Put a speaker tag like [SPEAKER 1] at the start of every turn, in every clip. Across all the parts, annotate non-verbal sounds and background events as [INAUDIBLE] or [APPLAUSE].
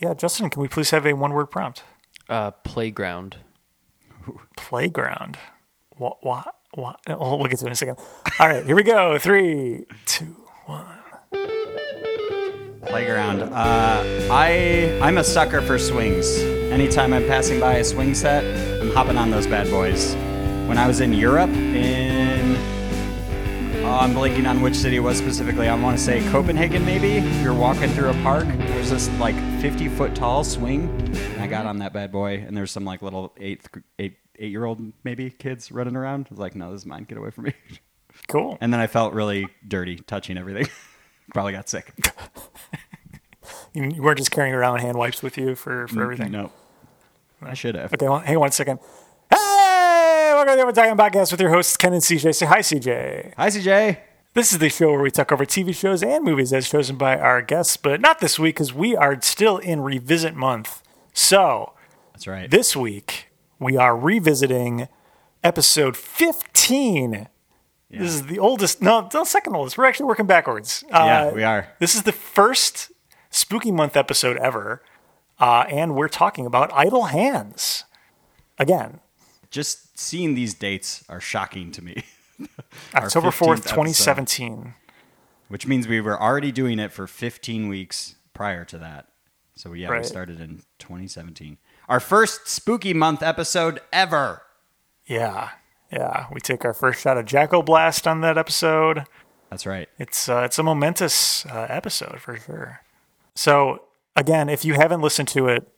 [SPEAKER 1] Yeah, Justin, can we please have a one word prompt?
[SPEAKER 2] Uh, playground.
[SPEAKER 1] Playground. What? What? What? Oh, we'll get to it in a second. All right, here we go. Three, two, one.
[SPEAKER 3] Playground. Uh, I I'm a sucker for swings. Anytime I'm passing by a swing set, I'm hopping on those bad boys. When I was in Europe, in oh, I'm blanking on which city it was specifically. I want to say Copenhagen, maybe. You're walking through a park. There's this like 50 foot tall swing, and I got on that bad boy. And there's some like little eighth eight eight year old maybe kids running around. I was like, no, this is mine. Get away from me. [LAUGHS]
[SPEAKER 1] Cool.
[SPEAKER 3] And then I felt really dirty touching everything. [LAUGHS] Probably got sick.
[SPEAKER 1] You you weren't just carrying around hand wipes with you for, for everything.
[SPEAKER 3] No. Mm-hmm. I should have.
[SPEAKER 1] Okay, well, hang on one second. Hey, welcome to the Overtime Podcast with your hosts, Ken and CJ. Say hi, CJ.
[SPEAKER 3] Hi, CJ.
[SPEAKER 1] This is the show where we talk over TV shows and movies as chosen by our guests, but not this week because we are still in revisit month. So
[SPEAKER 3] That's right.
[SPEAKER 1] this week we are revisiting episode 15. This is the oldest, no, the second oldest. We're actually working backwards. Uh,
[SPEAKER 3] Yeah, we are.
[SPEAKER 1] This is the first Spooky Month episode ever, uh, and we're talking about Idle Hands again.
[SPEAKER 3] Just seeing these dates are shocking to me. [LAUGHS] Our
[SPEAKER 1] October
[SPEAKER 3] 15th
[SPEAKER 1] 4th,
[SPEAKER 3] episode,
[SPEAKER 1] 2017.
[SPEAKER 3] Which means we were already doing it for 15 weeks prior to that. So, yeah, we
[SPEAKER 1] Right.
[SPEAKER 3] started in 2017. Our first spooky month episode ever.
[SPEAKER 1] Yeah. Yeah. We take our first shot of Jacko Blast on that episode.
[SPEAKER 3] That's right.
[SPEAKER 1] It's uh, it's a momentous uh, episode for sure. So again, if you haven't listened to it,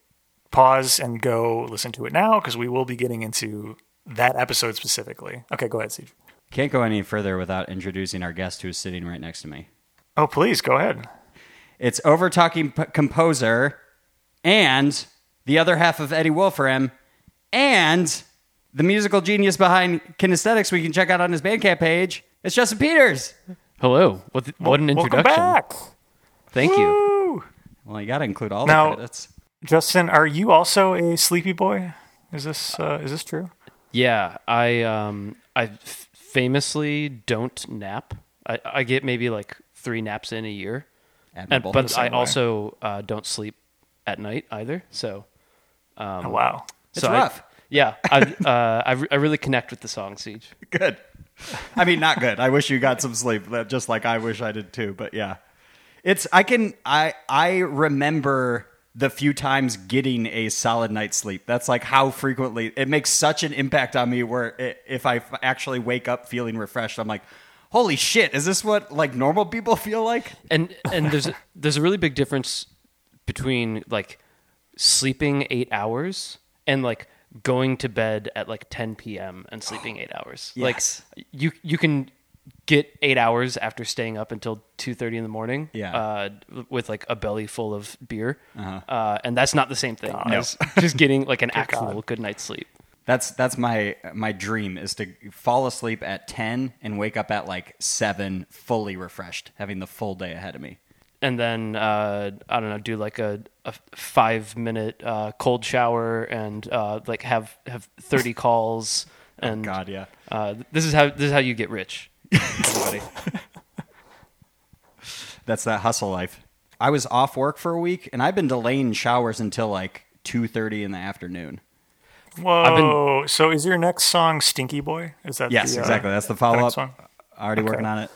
[SPEAKER 1] pause and go listen to it now because we will be getting into that episode specifically. Okay, go ahead, Siege.
[SPEAKER 3] Can't go any further without introducing our guest who's sitting right next to me.
[SPEAKER 1] Oh, please go ahead.
[SPEAKER 3] It's over talking p- composer and the other half of Eddie Wolfram and the musical genius behind kinesthetics we can check out on his Bandcamp page. It's Justin Peters.
[SPEAKER 2] Hello. What? th- what an
[SPEAKER 1] Welcome
[SPEAKER 2] introduction.
[SPEAKER 1] back.
[SPEAKER 2] Thank you.
[SPEAKER 1] Woo!
[SPEAKER 3] Well, you got to include all
[SPEAKER 1] Now-
[SPEAKER 3] the credits.
[SPEAKER 1] Justin, are you also a sleepy boy? Is this uh, is this true?
[SPEAKER 2] Yeah, I um I f- famously don't nap. I, I get maybe like three naps in a year, and,
[SPEAKER 3] Admirable.
[SPEAKER 2] but I
[SPEAKER 1] way.
[SPEAKER 2] also uh, don't sleep at night either. So
[SPEAKER 3] Um,
[SPEAKER 1] oh, wow.
[SPEAKER 3] It's
[SPEAKER 2] so I-
[SPEAKER 3] rough.
[SPEAKER 2] yeah, I [LAUGHS] uh, I, re- I really connect with the song Siege.
[SPEAKER 3] good. I mean, not good. I wish you got some sleep, that- just like I wish I did too. But yeah, it's I can I I remember the few times getting a solid night's sleep. That's like how frequently it makes such an impact on me. Where i if I f- actually wake up feeling refreshed, I'm like, holy shit, is this what like normal people [LAUGHS] feel like?
[SPEAKER 2] and and there's there's a really big difference between like sleeping eight hours and like going to bed at like 10 p.m. and sleeping eight
[SPEAKER 3] [GASPS]
[SPEAKER 2] hours.
[SPEAKER 3] Yes.
[SPEAKER 2] Like you you can get eight hours after staying up until 2.30 in the morning
[SPEAKER 3] Yeah. Uh-huh.
[SPEAKER 2] uh, with like a belly full of beer uh and that's not the same thing as just getting like an actual good night's sleep
[SPEAKER 3] That's that's my my dream is to fall asleep at ten and wake up at like seven, fully refreshed, having the full day ahead of me.
[SPEAKER 2] and then uh, I don't know, do like a, a five minute uh, cold shower and uh, like have have thirty calls. And
[SPEAKER 3] God, yeah.
[SPEAKER 2] uh, this is how this is how you get rich. Everybody,
[SPEAKER 3] That's that hustle life. I was off work for a week, and I've been delaying showers until like two thirty in the afternoon.
[SPEAKER 1] Whoa. So is your next song Stinky Boy? Is that
[SPEAKER 3] Yes,
[SPEAKER 1] the, uh,
[SPEAKER 3] exactly. That's the follow
[SPEAKER 1] song.
[SPEAKER 3] up. Already working on it.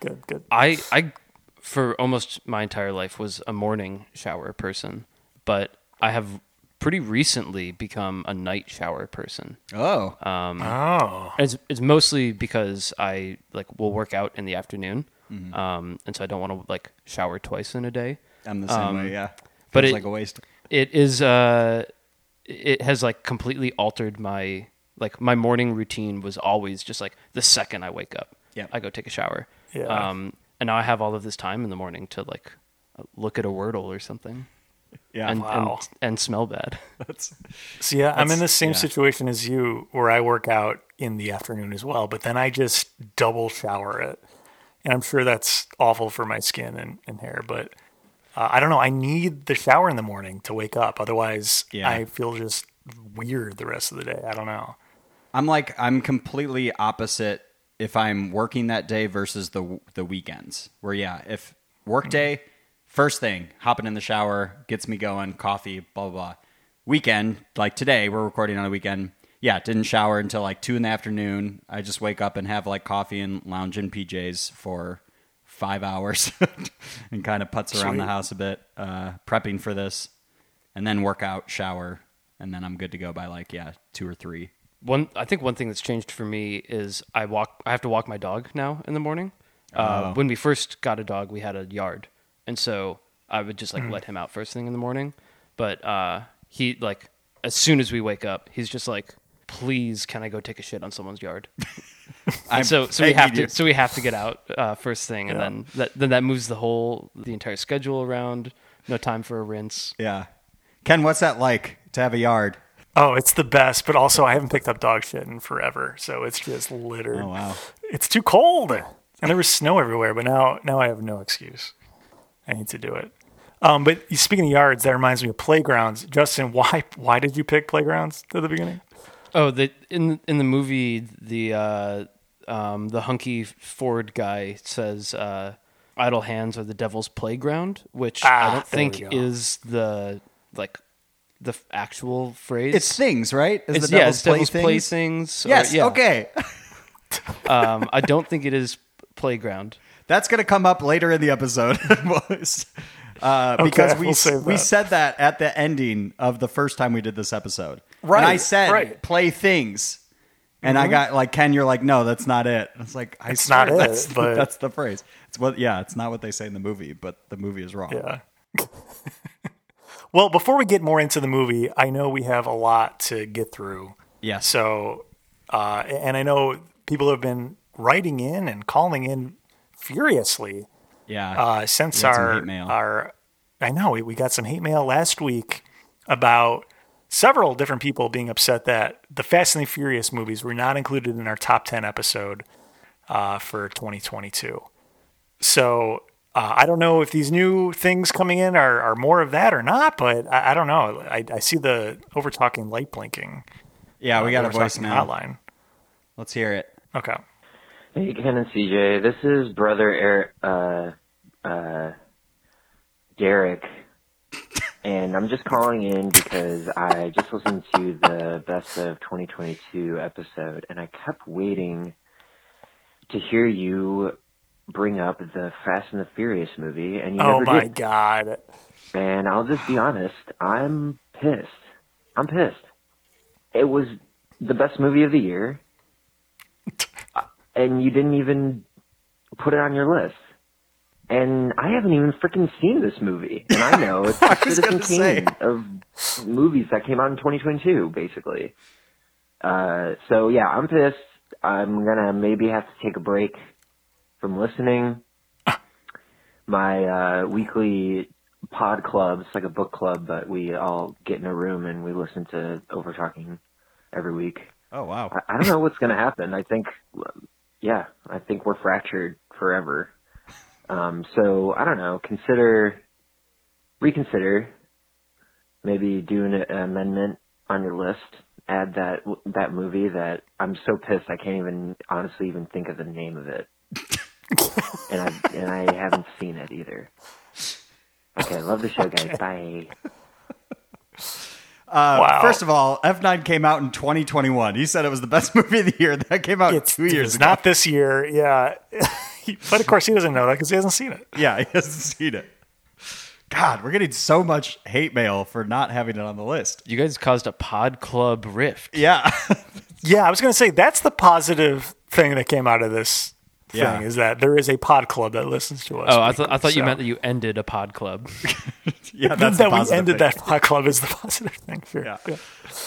[SPEAKER 1] Good, good.
[SPEAKER 2] I I for almost my entire life was a morning shower person, but I have pretty recently become a night shower person.
[SPEAKER 3] Oh,
[SPEAKER 2] Uh,
[SPEAKER 1] Oh.
[SPEAKER 2] It's it's mostly because I like will work out in the afternoon, um, and so I don't want to like shower twice in a day.
[SPEAKER 3] I'm the same way. Yeah,
[SPEAKER 2] um, but
[SPEAKER 3] Feels
[SPEAKER 2] it-
[SPEAKER 3] like a waste.
[SPEAKER 2] it is uh it has like completely altered my like my morning routine was always just like the second I wake up.
[SPEAKER 3] Yep.
[SPEAKER 2] I go take a shower.
[SPEAKER 1] Yeah.
[SPEAKER 2] Um and now I have all of this time in the morning to like look at a wordle or something
[SPEAKER 3] Yeah,
[SPEAKER 2] and
[SPEAKER 1] Wow.
[SPEAKER 2] and, and smell bad. [LAUGHS]
[SPEAKER 3] that's
[SPEAKER 1] So yeah, I'm in the same
[SPEAKER 3] yeah.
[SPEAKER 1] situation as you where I work out in the afternoon as well, but then I just double shower it. And I'm sure that's awful for my skin and, and hair, but uh, I don't know. I need the shower in the morning to wake up. Otherwise,
[SPEAKER 3] Yeah.
[SPEAKER 1] I feel just weird the rest of the day. I don't know.
[SPEAKER 3] I'm like I'm completely opposite if I'm working that day versus the the weekends. Where yeah, if work day, First thing, hopping in the shower gets me going. Coffee, blah blah. blah. Weekend, like today, we're recording on a weekend. Yeah, didn't shower until like two in the afternoon. I just wake up and have like coffee and lounge in PJs for five hours [LAUGHS] and kind of putz around the
[SPEAKER 1] Sweet.
[SPEAKER 3] house a bit, uh, prepping for this, and then work out, shower, and then I'm good to go by like yeah two or three.
[SPEAKER 2] One, I think one thing that's changed for me is I walk. I have to walk my dog now in the morning. Uh, when we first got a dog, we had a yard, and so I would just like let him out first thing in the morning. But uh, he like as soon as we wake up, he's just like, "Please, can I go take a shit on someone's yard?"
[SPEAKER 3] I'm
[SPEAKER 2] And so so we have
[SPEAKER 3] begging
[SPEAKER 2] to so we have to get out uh, first thing, and then that, then that moves the whole the entire schedule around. No time for a rinse.
[SPEAKER 3] you. Yeah, Ken, what's that like to have a yard?
[SPEAKER 1] Oh, it's the best, but also I haven't picked up dog shit in forever, so it's just littered.
[SPEAKER 3] Oh wow.
[SPEAKER 1] It's too cold. And there was snow everywhere, but now now I have no excuse. I need to do it. Um, but speaking of yards, that reminds me of playgrounds. Justin, why why did you pick playgrounds at the beginning?
[SPEAKER 2] Oh, the in in the movie the uh, um, the hunky Ford guy says uh, idle hands are the devil's playground, which
[SPEAKER 1] Ah,
[SPEAKER 2] I don't
[SPEAKER 1] there
[SPEAKER 2] think
[SPEAKER 1] we go.
[SPEAKER 2] is the like the f- actual phrase.
[SPEAKER 3] It's things, right? Is
[SPEAKER 2] It's-
[SPEAKER 3] the
[SPEAKER 2] yeah,
[SPEAKER 3] devil's
[SPEAKER 2] it's devil's
[SPEAKER 3] play
[SPEAKER 2] play
[SPEAKER 3] things?
[SPEAKER 2] things. or-
[SPEAKER 3] Yes.
[SPEAKER 2] yeah.
[SPEAKER 3] Okay. [LAUGHS]
[SPEAKER 2] um, I don't think it is playground.
[SPEAKER 3] That's going to come up later in the episode. [LAUGHS] uh, because we
[SPEAKER 1] we'll save
[SPEAKER 3] we
[SPEAKER 1] that.
[SPEAKER 3] said that at the ending of the first time we did this episode.
[SPEAKER 1] Right,
[SPEAKER 3] And I said
[SPEAKER 1] right. Mm-hmm.
[SPEAKER 3] play things. And I got like Ken, you're like, no, that's not it. It's like I
[SPEAKER 1] It's
[SPEAKER 3] swear
[SPEAKER 1] not it,
[SPEAKER 3] that's,
[SPEAKER 1] but-
[SPEAKER 3] that's the phrase. It's what yeah, it's not what they say in the movie, but the movie is wrong.
[SPEAKER 1] Yeah. [LAUGHS] well, before we get more into the movie, I know we have a lot to get through.
[SPEAKER 3] Yes.
[SPEAKER 1] So, uh, and I know people have been writing in and calling in furiously
[SPEAKER 3] Yeah.
[SPEAKER 1] uh, since
[SPEAKER 3] We had some
[SPEAKER 1] our
[SPEAKER 3] hate mail.
[SPEAKER 1] our I know we, we got some hate mail last week about several different people being upset that the Fast and the Furious movies were not included in our top ten episode uh, for 2022. So uh, I don't know if these new things coming in are, are more of that or not, but I, I don't know. I, I see the over talking light blinking.
[SPEAKER 3] yeah, we got a voicemail.
[SPEAKER 1] hotline.
[SPEAKER 3] Let's hear it.
[SPEAKER 1] Okay.
[SPEAKER 4] Hey, Ken and CJ. This is brother Eric, uh, uh, Derek, and I'm just calling in because I just listened to the best of 2022 episode, and I kept waiting to hear you bring up the Fast and the Furious movie, and you
[SPEAKER 1] Oh
[SPEAKER 4] never
[SPEAKER 1] my
[SPEAKER 4] did.
[SPEAKER 1] god.
[SPEAKER 4] And I'll just be honest, I'm pissed. I'm pissed. It was the best movie of
[SPEAKER 3] [LAUGHS]
[SPEAKER 4] the year, and you didn't even put it on your list. And I haven't even freaking seen this movie, and I
[SPEAKER 3] [LAUGHS]
[SPEAKER 4] know it's the
[SPEAKER 3] was
[SPEAKER 4] Citizen
[SPEAKER 3] gonna say.
[SPEAKER 4] Kane of movies that came out in 2022, basically. Uh, so yeah, I'm pissed. I'm gonna maybe have to take a break from listening
[SPEAKER 3] [LAUGHS]
[SPEAKER 4] my uh, weekly pod club. It's like a book club, but we all get in a room and we listen to Over Talking every week.
[SPEAKER 3] Oh wow.
[SPEAKER 4] I, I don't know what's going to happen. I think, yeah, I think we're fractured forever. Um, so I don't know. Consider, reconsider, maybe do an amendment on your list. Add that that movie that I'm so pissed I can't even honestly even think of the name of it, and I and I haven't seen it either. Okay, love the show, guys. Bye.
[SPEAKER 3] Uh,
[SPEAKER 1] Wow.
[SPEAKER 3] First of all, F9 came out in 2021. He said it was the best [LAUGHS] movie of the year. That came out two
[SPEAKER 1] [LAUGHS]
[SPEAKER 3] years
[SPEAKER 1] It's
[SPEAKER 3] ago.
[SPEAKER 1] not this year. Yeah. [LAUGHS] but of course, he doesn't know that because he hasn't seen it.
[SPEAKER 3] yeah, [LAUGHS] he hasn't seen it. God, we're getting so much hate mail for not having it on the list.
[SPEAKER 2] You guys caused a pod club rift.
[SPEAKER 3] Yeah. [LAUGHS]
[SPEAKER 1] Yeah, I was going to say that's the positive thing that came out of this thing
[SPEAKER 3] Yeah.
[SPEAKER 1] is that there is a pod club that listens to us.
[SPEAKER 2] Oh, I, th- I
[SPEAKER 1] weekly,
[SPEAKER 2] thought you
[SPEAKER 1] so-
[SPEAKER 2] meant that you ended a pod club.
[SPEAKER 3] yeah, that's the
[SPEAKER 1] that we
[SPEAKER 3] positive
[SPEAKER 1] ended
[SPEAKER 3] thing.
[SPEAKER 1] that pod club is the [LAUGHS] positive thing. Sure.
[SPEAKER 3] Yeah.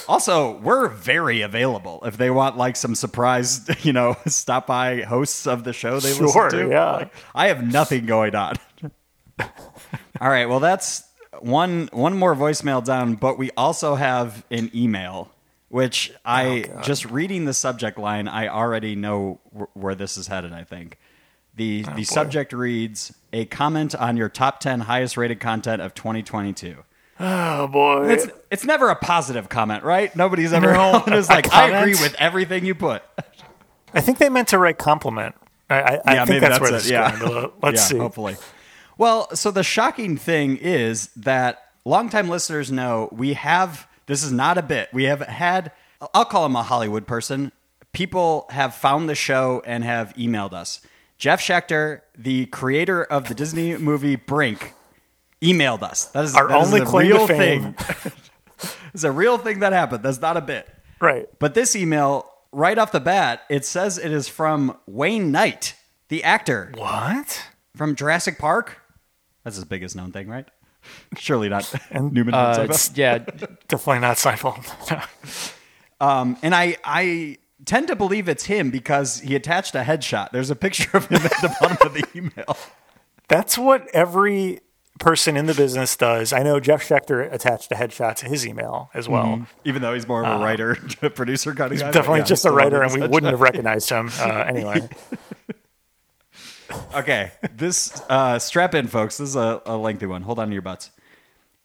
[SPEAKER 3] Also, we're very available if they want like some surprise, [LAUGHS] you know, stop by hosts of the show they
[SPEAKER 1] Sure,
[SPEAKER 3] listen to.
[SPEAKER 1] yeah.
[SPEAKER 3] Like, I have nothing going on. [LAUGHS] All right, well that's one one more voicemail down, but we also have an email which I just reading the subject line, I already know wh- where this is headed, I think. The the subject reads a comment on your top 10 highest rated content of 2022.
[SPEAKER 1] Oh boy.
[SPEAKER 3] It's it's never a positive comment, right? Nobody's ever [LAUGHS]
[SPEAKER 1] No,
[SPEAKER 3] is
[SPEAKER 1] a
[SPEAKER 3] like, I
[SPEAKER 1] comment?
[SPEAKER 3] agree with everything you put.
[SPEAKER 1] I think they meant to write compliment. I, I, I
[SPEAKER 3] Yeah,
[SPEAKER 1] think
[SPEAKER 3] maybe
[SPEAKER 1] that's,
[SPEAKER 3] that's
[SPEAKER 1] where
[SPEAKER 3] it,
[SPEAKER 1] this
[SPEAKER 3] yeah.
[SPEAKER 1] is going. [LAUGHS] Let's
[SPEAKER 3] yeah,
[SPEAKER 1] see.
[SPEAKER 3] hopefully. Well, so the shocking thing is that longtime listeners know we have this is not a bit. We have had I'll call him a Hollywood person. People have found the show and have emailed us. Jeff Schechter, the creator of the Disney movie Brink, emailed us. That is
[SPEAKER 1] Our
[SPEAKER 3] that is
[SPEAKER 1] only
[SPEAKER 3] the
[SPEAKER 1] claim to
[SPEAKER 3] real
[SPEAKER 1] fame.
[SPEAKER 3] thing. [LAUGHS] it's a real thing that happened. That's not a bit.
[SPEAKER 1] Right.
[SPEAKER 3] But this email, right off the bat, it says it is from Wayne Knight, the actor
[SPEAKER 1] What?
[SPEAKER 3] from Jurassic Park. That's his biggest known thing, right? [LAUGHS] Surely not. [LAUGHS] And Newman.
[SPEAKER 2] Uh,
[SPEAKER 3] Seinfeld.
[SPEAKER 2] it's- yeah,
[SPEAKER 1] Definitely not
[SPEAKER 3] [LAUGHS]
[SPEAKER 1] Seinfeld. [LAUGHS]
[SPEAKER 3] Um, and I, I tend to believe it's him because he attached a headshot. There's a picture of him [LAUGHS] at the bottom of the email.
[SPEAKER 1] That's what every person in the business does. I know Jeff Schechter attached a headshot to his email as well.
[SPEAKER 3] Even though he's more of a writer, [LAUGHS] producer kind of guy. but
[SPEAKER 1] Ah. Definitely
[SPEAKER 3] Mm-hmm. yeah,
[SPEAKER 1] just a
[SPEAKER 3] still
[SPEAKER 1] writer,
[SPEAKER 3] love
[SPEAKER 1] and we
[SPEAKER 3] his
[SPEAKER 1] wouldn't have recognized him uh,
[SPEAKER 3] [LAUGHS]
[SPEAKER 1] anyway.
[SPEAKER 3] headshot.
[SPEAKER 1] [LAUGHS]
[SPEAKER 3] Okay, this uh, strap in, folks. This is a, a lengthy one. Hold on to your butts.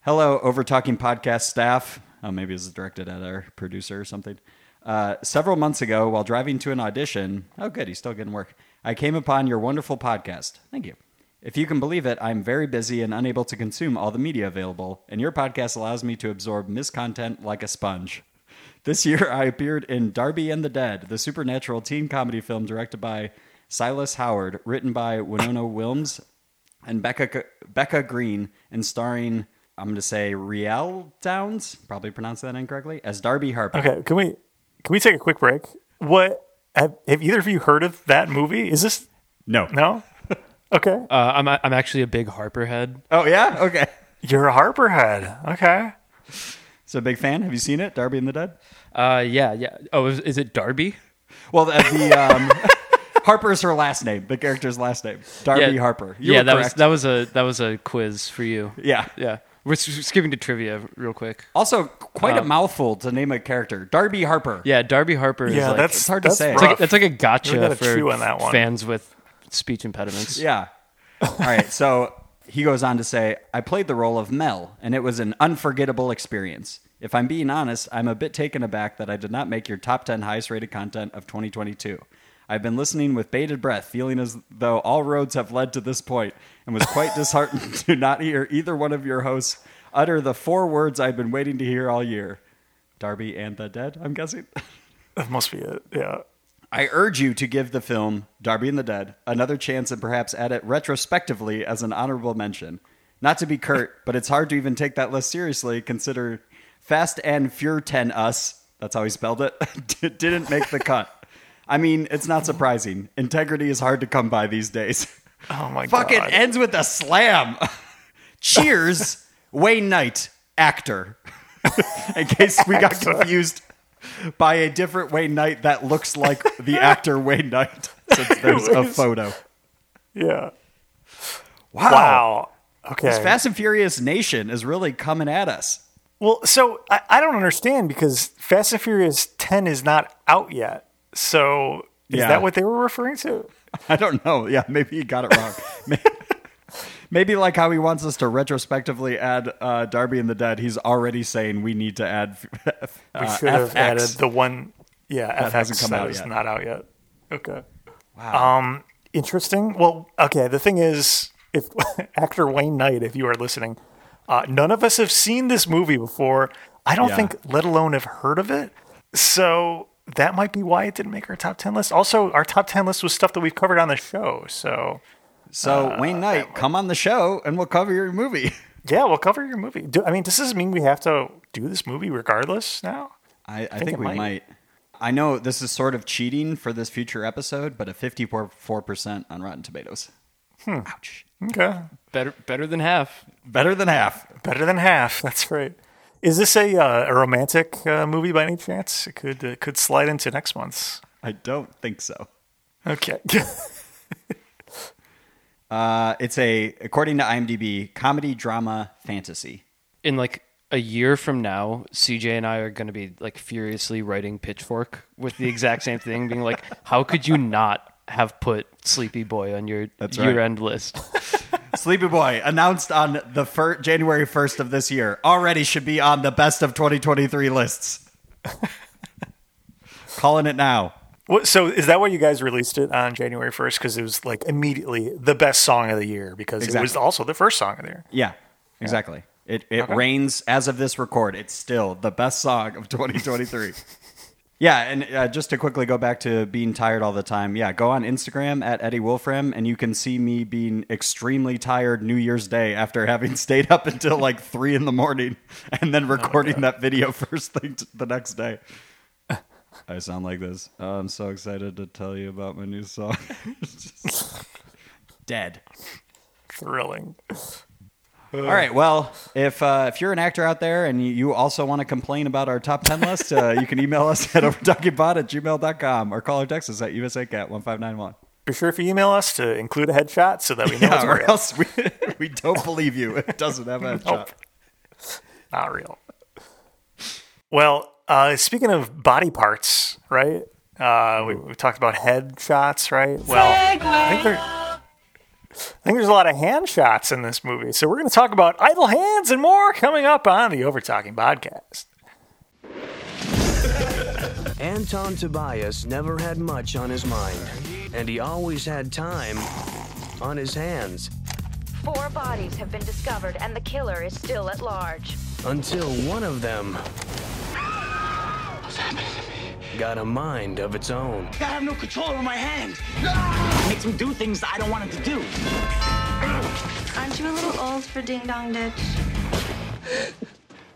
[SPEAKER 3] Hello, Over Talking Podcast staff. Oh, maybe this is directed at our producer or something. Uh, several months ago, while driving to an audition, oh, good, he's still getting work. I came upon your wonderful podcast. Thank you. If you can believe it, I'm very busy and unable to consume all the media available, and your podcast allows me to absorb miscontent like a sponge. This year, I appeared in Darby and the Dead, the supernatural teen comedy film directed by Silas Howard, written by Winona Wilms and Becca Becca Green, and starring I'm going to say Riel Downs, probably pronounced that incorrectly, as Darby Harper.
[SPEAKER 1] Okay, can we can we take a quick break? What have, have either of you heard of that movie? Is this
[SPEAKER 3] No.
[SPEAKER 1] no? Okay,
[SPEAKER 2] uh, I'm I'm actually a big Harper head.
[SPEAKER 3] Oh yeah. Okay.
[SPEAKER 1] you're a Harperhead. Okay,
[SPEAKER 3] So big fan. Have you seen it, Darby and the Dead?
[SPEAKER 2] Uh, yeah, yeah. Oh, is, is it Darby?
[SPEAKER 3] Well, the, the um, [LAUGHS] Harper's her last name. The character's last name, Darby
[SPEAKER 2] yeah.
[SPEAKER 3] Harper. You
[SPEAKER 2] yeah,
[SPEAKER 3] were
[SPEAKER 2] that
[SPEAKER 3] correct.
[SPEAKER 2] was that was a that was a quiz for you.
[SPEAKER 3] Yeah.
[SPEAKER 2] yeah. We're s- skipping to trivia real quick.
[SPEAKER 3] Also, quite
[SPEAKER 2] Um,
[SPEAKER 3] a mouthful to name a character, Darby Harper.
[SPEAKER 2] Yeah, Darby Harper. is
[SPEAKER 1] yeah,
[SPEAKER 2] like,
[SPEAKER 1] that's
[SPEAKER 3] it's hard to
[SPEAKER 1] that's
[SPEAKER 3] say.
[SPEAKER 1] rough.
[SPEAKER 2] it's like, that's like a gotcha
[SPEAKER 1] gotta
[SPEAKER 2] for
[SPEAKER 1] chew on that one.
[SPEAKER 2] fans with speech impediments.
[SPEAKER 3] [LAUGHS] Yeah. All right. So he goes on to say, I played the role of Mel, and it was an unforgettable experience. If I'm being honest, I'm a bit taken aback that I did not make your top 10 highest rated content of 2022. I've been listening with bated breath, feeling as though all roads have led to this point, and was quite disheartened [LAUGHS] to not hear either one of your hosts utter the four words I've been waiting to hear all year Darby and the Dead, I'm guessing.
[SPEAKER 1] that must be it. Yeah,
[SPEAKER 3] I urge you to give the film Darby and the Dead another chance and perhaps add it retrospectively as an honorable mention. Not to be curt, but it's hard to even take that list seriously. Consider Fast and Fur 10 Us, that's how he spelled it, [LAUGHS] did- didn't make the cut. I mean, it's not surprising. Integrity is hard to come by these days. [LAUGHS]
[SPEAKER 1] Oh my
[SPEAKER 3] Fuck,
[SPEAKER 1] God.
[SPEAKER 3] it ends with a slam. [LAUGHS]
[SPEAKER 1] [LAUGHS]
[SPEAKER 3] Cheers, Wayne Knight, actor. [LAUGHS] In case we got confused by a different Wayne Knight that looks like
[SPEAKER 1] [LAUGHS]
[SPEAKER 3] the actor Wayne Knight, [LAUGHS] since there's a photo.
[SPEAKER 1] yeah.
[SPEAKER 3] Wow.
[SPEAKER 1] Wow. Okay.
[SPEAKER 3] This Fast and Furious Nation is really coming at us. [LAUGHS]
[SPEAKER 1] Well, so I, I don't understand because Fast and Furious 10 is not out yet. So is
[SPEAKER 3] Yeah.
[SPEAKER 1] that what they were referring to?
[SPEAKER 3] I don't know. Yeah, maybe he got it
[SPEAKER 1] [LAUGHS]
[SPEAKER 3] wrong. May- [LAUGHS] maybe like how he wants us to retrospectively add uh, Darby and the Dead, he's already saying we need to add. [LAUGHS]
[SPEAKER 1] We
[SPEAKER 3] uh,
[SPEAKER 1] should have
[SPEAKER 3] FX.
[SPEAKER 1] added the one. Yeah, FX
[SPEAKER 3] hasn't come
[SPEAKER 1] that
[SPEAKER 3] out
[SPEAKER 1] is
[SPEAKER 3] yet.
[SPEAKER 1] not out yet. Okay.
[SPEAKER 3] Wow.
[SPEAKER 1] Um, interesting. Well, okay. The thing is, if [LAUGHS] actor Wayne Knight, if you are listening, uh, none of us have seen this movie before. I don't
[SPEAKER 3] Yeah.
[SPEAKER 1] think, let alone have heard of it. So that might be why it didn't make our top ten list. Also, our top ten list was stuff that we've covered on the show. So
[SPEAKER 3] So Wayne Knight, come on the show and we'll cover your movie. [LAUGHS]
[SPEAKER 1] yeah, we'll cover your movie. Do, I mean, does this mean we have to do this movie regardless now?
[SPEAKER 3] I, I think,
[SPEAKER 1] it
[SPEAKER 3] we might.
[SPEAKER 1] might.
[SPEAKER 3] I know this is sort of cheating for this future episode, but a fifty-four percent on Rotten Tomatoes. Ouch!
[SPEAKER 1] Okay,
[SPEAKER 2] better better than half.
[SPEAKER 3] Hmm. Better than half.
[SPEAKER 1] better than half. [LAUGHS] That's right. Is this a uh, a romantic uh, movie by any chance? It could uh, could slide into next month's.
[SPEAKER 3] I don't think so.
[SPEAKER 1] Okay. [LAUGHS]
[SPEAKER 3] Uh, it's a, according to IMDb, comedy, drama, fantasy.
[SPEAKER 2] In like a year from now, CJ and I are going to be like furiously writing Pitchfork with the exact same thing, being like, [LAUGHS] "How could you not have put Sleepy Boy on your
[SPEAKER 3] That's right.
[SPEAKER 2] year-end list?"
[SPEAKER 3] Sleepy Boy announced on the fir- January first of this year already should be [LAUGHS] on the best of 2023 lists. Calling it now.
[SPEAKER 1] What, so is that why you guys released it on January 1st? Because it was like immediately the best song of the year because it was
[SPEAKER 3] Exactly.
[SPEAKER 1] also the first song of the year.
[SPEAKER 3] Yeah, exactly. It it reigns as of this record. It's still the best song of [LAUGHS] 2023. yeah, and uh, just to quickly go back to being tired all the time. Yeah, go on Instagram at Eddie Wolfram, and you can see me being extremely tired New Year's Day after having [LAUGHS] stayed up until like three in the morning, [LAUGHS] and then recording that video [LAUGHS] first thing t- the next day. I sound like this. Oh, I'm so excited to tell you about my new song. [LAUGHS] It's just- dead.
[SPEAKER 1] Thrilling.
[SPEAKER 3] All right. Well, if uh, if you're an actor out there and you, you also want to complain about our top 10 list, uh, you can email us at [LAUGHS] overtalkingbot at gmail.com or call or text us at
[SPEAKER 1] [LAUGHS]
[SPEAKER 3] USACat 1591.
[SPEAKER 1] Be sure if you email us to include a headshot so that we know it's
[SPEAKER 3] [LAUGHS] Yeah, or
[SPEAKER 1] real.
[SPEAKER 3] else we, we don't believe you. It doesn't have a
[SPEAKER 1] Nope.
[SPEAKER 3] shot.
[SPEAKER 1] Oh. Not real. Well, uh, speaking of body parts, right? Uh, we, we talked about head shots, right? Well, I think, there, I think there's a lot of hand shots in this movie. So we're going to talk about idle hands and more coming up on the Over Talking Podcast.
[SPEAKER 5] Anton Tobias never had much on his mind, and he always had time on his hands
[SPEAKER 6] Four bodies have been discovered, and the killer is still at large.
[SPEAKER 5] until one of them got a mind of its own.
[SPEAKER 7] I have no control over my hand. Makes me do things that I don't want it to do.
[SPEAKER 8] Aren't you a little old for Ding Dong Ditch?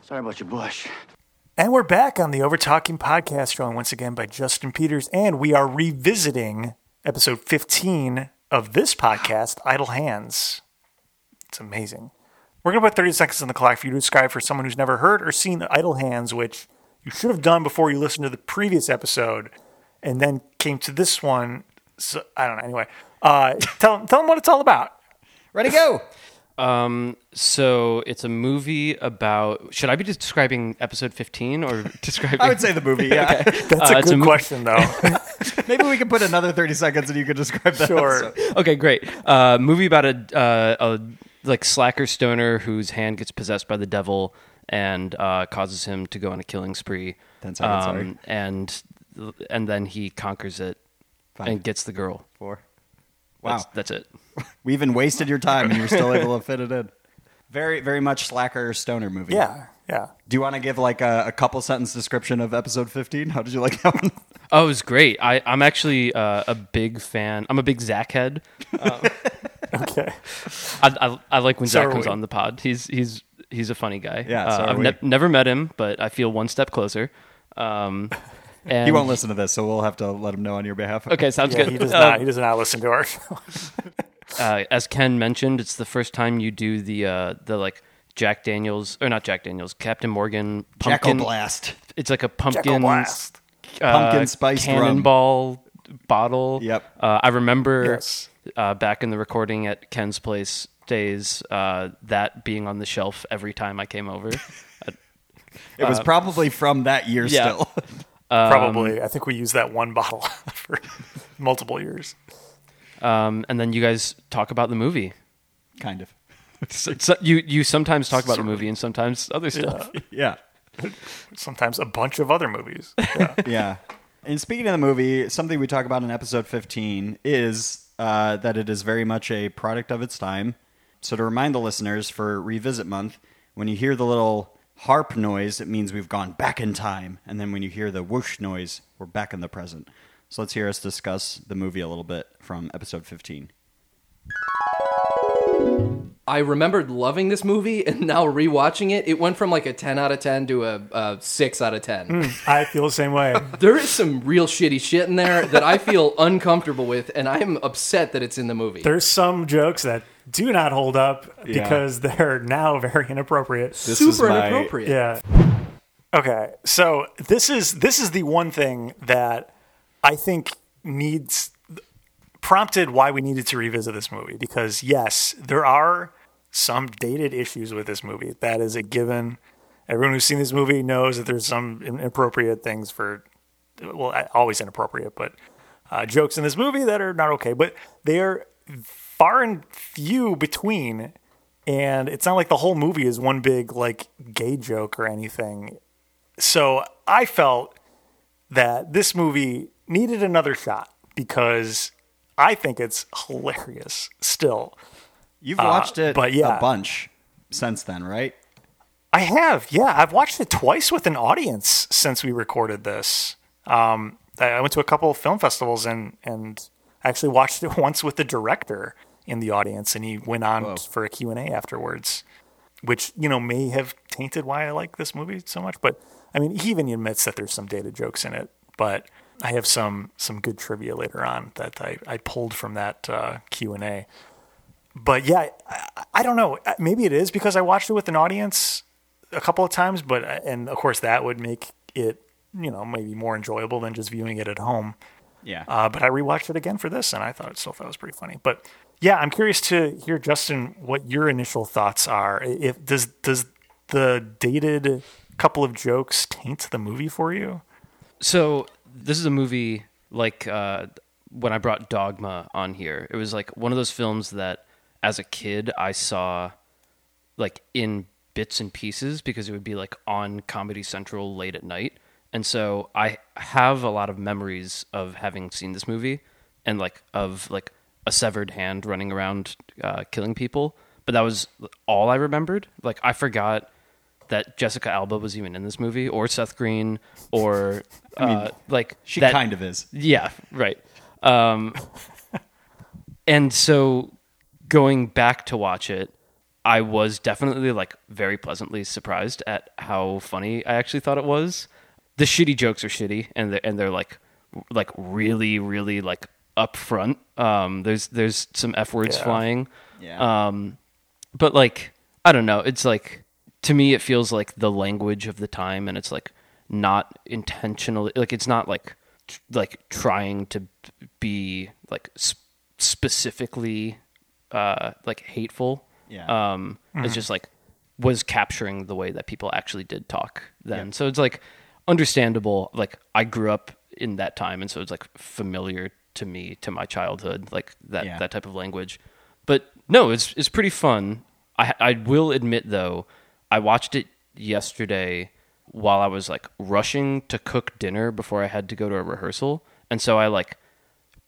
[SPEAKER 7] Sorry about your bush.
[SPEAKER 1] And we're back on the Over Talking Podcast, joined once again by Justin Peters, and we are revisiting episode 15 of this podcast, Idle Hands. It's amazing. We're going to put 30 seconds on the clock for you to describe for someone who's never heard or seen Idle Hands, which you should have done before you listened to the previous episode and then came to this one. So, I don't know. Anyway, uh, tell, tell them what it's all about.
[SPEAKER 3] Ready, go.
[SPEAKER 2] So it's a movie about. Should I be describing episode fifteen or [LAUGHS] describing?
[SPEAKER 3] [LAUGHS] I would say the movie. Yeah.
[SPEAKER 1] That's a
[SPEAKER 2] Uh, it's a
[SPEAKER 1] good
[SPEAKER 2] mo-
[SPEAKER 1] question,
[SPEAKER 2] [LAUGHS]
[SPEAKER 1] though.
[SPEAKER 3] [LAUGHS] Maybe we can put another 30 seconds and you can describe that.
[SPEAKER 1] sure.
[SPEAKER 3] episode.
[SPEAKER 2] okay, great. Uh, movie about a, uh, a like slacker stoner whose hand gets possessed by the devil and uh, causes him to go on a killing spree. Um,
[SPEAKER 3] That sounded sorry.
[SPEAKER 2] And and then he conquers it and gets the girl.
[SPEAKER 3] Four. Wow.
[SPEAKER 2] That's, that's it.
[SPEAKER 3] We even wasted your time and you were still able to fit it in. Very, very much slacker stoner movie.
[SPEAKER 1] Yeah. Yeah.
[SPEAKER 3] Do you want to give like a, a couple sentence description of episode 15? How did you like that one?
[SPEAKER 2] Oh, it was great. I, I'm actually uh, a big fan. I'm a big Zach head.
[SPEAKER 1] Okay.
[SPEAKER 2] I, I, I like when
[SPEAKER 1] So
[SPEAKER 2] Zach
[SPEAKER 1] are
[SPEAKER 2] comes
[SPEAKER 1] we.
[SPEAKER 2] on the pod. He's he's he's a funny guy.
[SPEAKER 3] Yeah,
[SPEAKER 2] Uh,
[SPEAKER 3] so are
[SPEAKER 2] I've
[SPEAKER 3] we.
[SPEAKER 2] ne- never met him, but I feel one step closer. Um, and
[SPEAKER 3] [LAUGHS] He won't listen to this, so we'll have to let him know on your behalf.
[SPEAKER 2] Okay, sounds
[SPEAKER 1] Yeah,
[SPEAKER 2] good.
[SPEAKER 1] he does
[SPEAKER 2] Uh,
[SPEAKER 1] not. He does not listen to our show.
[SPEAKER 2] uh, as Ken mentioned, it's the first time you do the uh, the like Jack Daniels or not Jack Daniels, Captain Morgan pumpkin.
[SPEAKER 3] Blast.
[SPEAKER 2] It's like a
[SPEAKER 1] Jekyll
[SPEAKER 2] pumpkin
[SPEAKER 1] Blast.
[SPEAKER 2] uh,
[SPEAKER 3] Pumpkin spice rum.
[SPEAKER 2] cannonball bottle.
[SPEAKER 3] Yep.
[SPEAKER 2] Uh, I remember
[SPEAKER 1] Yes.
[SPEAKER 2] uh, back in the recording at Ken's place days uh, that being on the shelf every time I came
[SPEAKER 3] [LAUGHS]
[SPEAKER 2] over. Uh,
[SPEAKER 3] It was probably from that year
[SPEAKER 2] yeah.
[SPEAKER 3] still. [LAUGHS]
[SPEAKER 1] Probably. I think we used that one [LAUGHS] bottle for multiple years.
[SPEAKER 2] um, and then you guys talk about the
[SPEAKER 3] [LAUGHS]
[SPEAKER 2] movie.
[SPEAKER 3] kind of.
[SPEAKER 2] So, so- you you sometimes talk about the movie and sometimes other stuff.
[SPEAKER 3] Yeah.
[SPEAKER 1] Sometimes a bunch of other movies. Yeah.
[SPEAKER 3] Yeah. And speaking of the movie, something we talk about in episode 15 is uh, that it is very much a product of its time. So to remind the listeners for revisit month, when you hear the little harp noise, it means we've gone back in time. And then when you hear the whoosh noise, we're back in the present. So let's hear us discuss the movie a little bit from episode 15.
[SPEAKER 9] I remembered loving this movie, and [LAUGHS] now rewatching it, it went from like a 10 out of 10 to a, a 6 out of 10.
[SPEAKER 1] I feel the same way.
[SPEAKER 9] There is some real shitty shit in there that I feel [LAUGHS] uncomfortable with, and I'm upset that it's in the movie.
[SPEAKER 1] There's some jokes that do not hold up
[SPEAKER 3] Yeah.
[SPEAKER 1] because they're now very inappropriate.
[SPEAKER 3] This
[SPEAKER 9] Super inappropriate.
[SPEAKER 1] Yeah. Okay. So this is this is the one thing that I think needs prompted why we needed to revisit this movie because yes, there are some dated issues with this movie. That is a given. Everyone who's seen this movie knows that there's some inappropriate things for well, I- always inappropriate, but uh, jokes in this movie that are not okay, but they are far and few between. And it's not like the whole movie is one big like gay joke or anything. So I felt that this movie needed another shot because I think it's hilarious still.
[SPEAKER 3] You've watched it
[SPEAKER 1] Uh, but yeah.
[SPEAKER 3] a bunch since then, right?
[SPEAKER 1] I have, yeah. I've watched it twice with an audience since we recorded this. Um, I I went to a couple of film festivals and and I actually watched it [LAUGHS] once with the director in the audience, and he went on for a Q and A afterwards, which you know may have tainted why I like this movie so much. But I mean, he even admits that there's some dated jokes in it, but I have some some good trivia later on that I, I pulled from that uh, Q and A but yeah, I, I don't know. Maybe it is because I watched it with an audience a couple of times, but uh, and of course that would make it you know maybe more enjoyable than just viewing it at home.
[SPEAKER 3] Yeah.
[SPEAKER 1] Uh, but I rewatched it again for this, and I thought it still thought it was pretty funny. But yeah, I'm curious to hear Justin what your initial thoughts are. If does does the dated couple of jokes taint the movie for you?
[SPEAKER 2] So this is a movie like uh, when I brought Dogma on here. It was like one of those films that, as a kid, I saw like in bits and pieces because it would be like on Comedy Central late at night. And so I have a lot of memories of having seen this movie and like of like a severed hand running around uh, killing people. But that was all I remembered. Like I forgot that Jessica Alba was even in this movie or Seth Green or uh, like
[SPEAKER 3] She
[SPEAKER 2] that-
[SPEAKER 3] kind of is.
[SPEAKER 2] yeah, right. Um, and so going back to watch it, I was definitely like very pleasantly surprised at how funny I actually thought it was. The shitty jokes are shitty, and they're, and they're like like really really like upfront. Um, there's there's some f words flying.
[SPEAKER 3] Yeah.
[SPEAKER 2] Um, but like I don't know. It's like to me, it feels like the language of the time, and it's like not intentionally like it's not like tr- like trying to be like sp- specifically uh like hateful
[SPEAKER 3] Yeah.
[SPEAKER 2] um it's just like was capturing the way that people actually did talk then so it's like understandable like i grew up in that time and so it's like familiar to me to my childhood like that
[SPEAKER 3] Yeah.
[SPEAKER 2] that type of language but no it's it's pretty fun i i will admit though i watched it yesterday while i was like rushing to cook dinner before i had to go to a rehearsal and so i like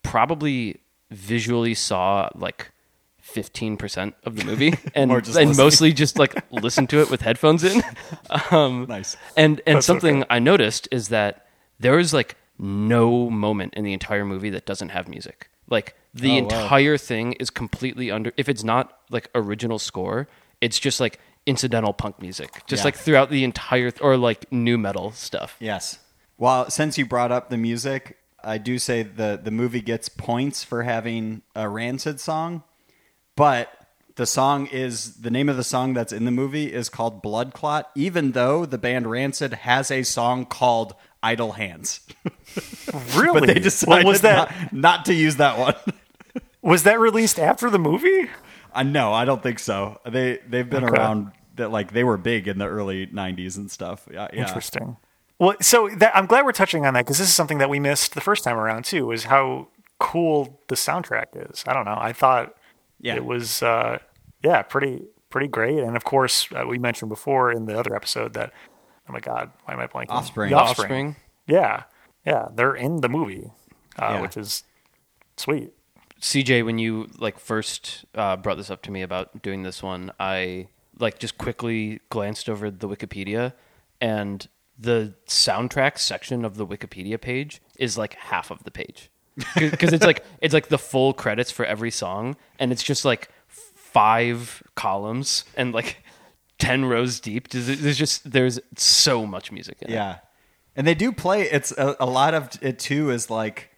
[SPEAKER 2] probably visually saw like 15% of the
[SPEAKER 3] [LAUGHS]
[SPEAKER 2] movie and,
[SPEAKER 3] Or just
[SPEAKER 2] and
[SPEAKER 3] listening.
[SPEAKER 2] mostly just like listened to it with headphones
[SPEAKER 3] [LAUGHS]
[SPEAKER 2] in.
[SPEAKER 3] Nice.
[SPEAKER 2] And and something I noticed is that there is like no moment in the entire movie that doesn't have music. Like
[SPEAKER 3] Oh,
[SPEAKER 2] the entire thing is completely under if it's not like original score, it's just like incidental punk music. Just
[SPEAKER 3] Yeah.
[SPEAKER 2] like throughout the entire th- or like new metal stuff.
[SPEAKER 3] Yes. Well, since you brought up the music, I do say the the movie gets points for having a rancid song, but the song is the name of the song that's in the movie is called Blood Clot, even though the band Rancid has a song called Idle Hands. [LAUGHS]
[SPEAKER 1] Really?
[SPEAKER 3] [LAUGHS] But they
[SPEAKER 1] Well,
[SPEAKER 3] decided
[SPEAKER 1] was that
[SPEAKER 3] not, not to use that one.
[SPEAKER 1] was that released after the movie?
[SPEAKER 3] I Uh, no, I don't think so. They they've been
[SPEAKER 1] Okay.
[SPEAKER 3] around that like they were big in the early 90s and stuff. Yeah, yeah.
[SPEAKER 1] Interesting. Well, so that, I'm glad we're touching on that because this is something that we missed the first time around too. Is how cool the soundtrack is. I don't know. I thought
[SPEAKER 3] Yeah.
[SPEAKER 1] it was uh, yeah pretty pretty great. And of course, uh, we mentioned before in the other episode that oh my god, why am I blanking?
[SPEAKER 3] Offspring.
[SPEAKER 1] The
[SPEAKER 2] Offspring.
[SPEAKER 1] Yeah, yeah, they're in the movie, uh,
[SPEAKER 3] Yeah.
[SPEAKER 1] which is sweet.
[SPEAKER 2] CJ, when you like first uh, brought this up to me about doing this one, I like just quickly glanced over the Wikipedia, and the soundtrack section of the Wikipedia page is like half of the
[SPEAKER 3] [LAUGHS]
[SPEAKER 2] page because it's like it's like the full credits for every song, and it's just like five columns and like ten rows deep. There's- There's just there's so much music. In it.
[SPEAKER 3] Yeah. And they do play it's a, a lot of it too is like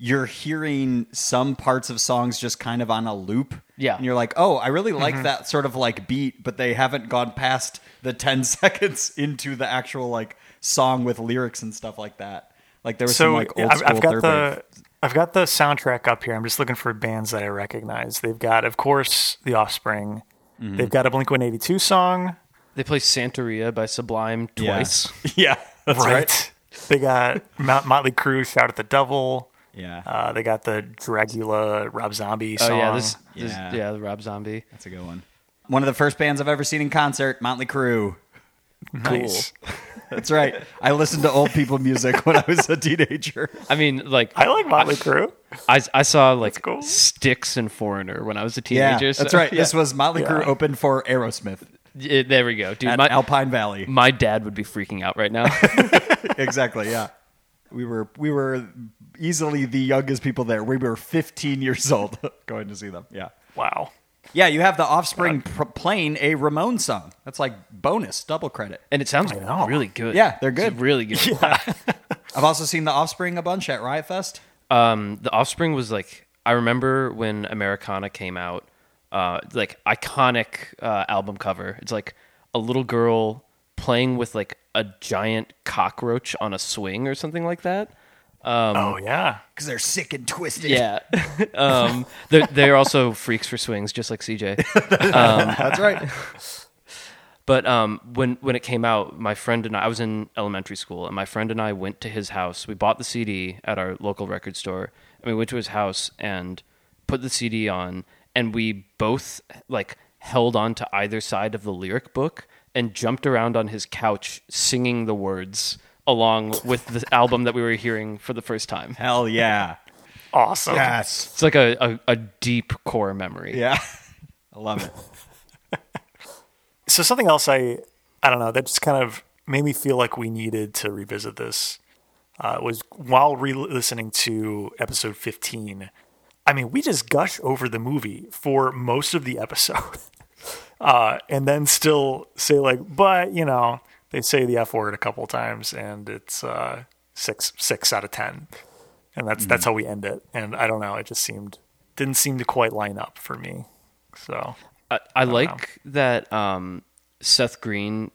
[SPEAKER 3] you're hearing some parts of songs just kind of on a loop.
[SPEAKER 2] Yeah.
[SPEAKER 3] And you're like, "Oh, I really like
[SPEAKER 1] Mm-hmm.
[SPEAKER 3] that sort of like beat, but they haven't gone past the 10 [LAUGHS] seconds into the actual like song with lyrics and stuff like that." Like there was some like old
[SPEAKER 1] I've,
[SPEAKER 3] school
[SPEAKER 1] I've got
[SPEAKER 3] third
[SPEAKER 1] the
[SPEAKER 3] wave.
[SPEAKER 1] I've got the soundtrack up here. I'm just looking for bands that I recognize. They've got, of course, The Offspring.
[SPEAKER 3] Mm-hmm.
[SPEAKER 1] They've got a Blink 182 song,
[SPEAKER 2] They play Santeria by Sublime
[SPEAKER 3] Yeah.
[SPEAKER 2] twice.
[SPEAKER 3] [LAUGHS] Yeah. That's
[SPEAKER 1] right?
[SPEAKER 3] right.
[SPEAKER 1] They
[SPEAKER 3] [LAUGHS]
[SPEAKER 1] got Mot- Motley Crue, "Shout at the Devil."
[SPEAKER 3] Yeah.
[SPEAKER 1] Uh, they got the Dracula, Rob Zombie
[SPEAKER 2] Oh
[SPEAKER 1] song.
[SPEAKER 2] yeah, this, this
[SPEAKER 3] Yeah.
[SPEAKER 2] yeah the Rob Zombie.
[SPEAKER 3] That's a good one. One of the first bands I've ever seen in concert, Motley Crue.
[SPEAKER 1] nice.
[SPEAKER 3] That's right. I listened to old people music when I was a teenager.
[SPEAKER 2] I mean, like
[SPEAKER 1] I like Motley Crue.
[SPEAKER 2] I, I saw like
[SPEAKER 1] cool.
[SPEAKER 2] Sticks and Foreigner when I was a
[SPEAKER 3] [LAUGHS] Yeah,
[SPEAKER 2] teenager. so- [LAUGHS]
[SPEAKER 3] that's right. This was Motley Crue
[SPEAKER 1] Yeah.
[SPEAKER 3] open for Aerosmith
[SPEAKER 2] Yeah, there we go, dude.
[SPEAKER 3] at
[SPEAKER 2] My, [LAUGHS]
[SPEAKER 3] Alpine Valley.
[SPEAKER 2] my dad would be freaking out
[SPEAKER 3] [LAUGHS]
[SPEAKER 2] right now.
[SPEAKER 3] exactly. Yeah, we were we were easily the youngest people there. We were 15 years old [LAUGHS] going to see them. Yeah.
[SPEAKER 1] Wow.
[SPEAKER 3] Yeah, you have the Offspring pr- playing a Ramon song. That's like bonus, double credit.
[SPEAKER 2] and it sounds really good.
[SPEAKER 3] Yeah, they're
[SPEAKER 2] It's
[SPEAKER 3] good. [LAUGHS]
[SPEAKER 2] really good.
[SPEAKER 3] I've also seen the Offspring a bunch at Riot Fest.
[SPEAKER 2] Um, the Offspring was like I remember when Americana came out, uh, like iconic uh, album cover. It's like a little girl playing with like a giant cockroach on a swing or something like that.
[SPEAKER 1] oh yeah.
[SPEAKER 3] Because Um, they're sick and twisted.
[SPEAKER 2] Yeah, [LAUGHS] um, they're, they're also freaks for swings, just like CJ.
[SPEAKER 3] [LAUGHS] That's right.
[SPEAKER 2] But um, when when it came out, my friend and I, I was in elementary school, and my friend and I went to his house. We bought the CD at our local record store, and we went to his house and put the CD on, and we both like held on to either side of the lyric book and jumped around on his couch singing the words along with the album that we were hearing for the first time.
[SPEAKER 3] Hell yeah.
[SPEAKER 1] Awesome.
[SPEAKER 3] Yes.
[SPEAKER 2] It's like a, a, a deep core memory.
[SPEAKER 3] [LAUGHS] Yeah. [LAUGHS] I love it.
[SPEAKER 1] So something else I I don't know that just kind of made me feel like we needed to revisit this uh, was while re-listening to episode 15. I mean, we just gush over the movie for most of the episode, [LAUGHS] uh, and then still say like, but you know, they say the f word a couple times, and it's uh, six six out of ten, and that's that's how we end it. And I don't know, it just seemed didn't seem to quite line up for me. So
[SPEAKER 2] I, I like that um, Seth Green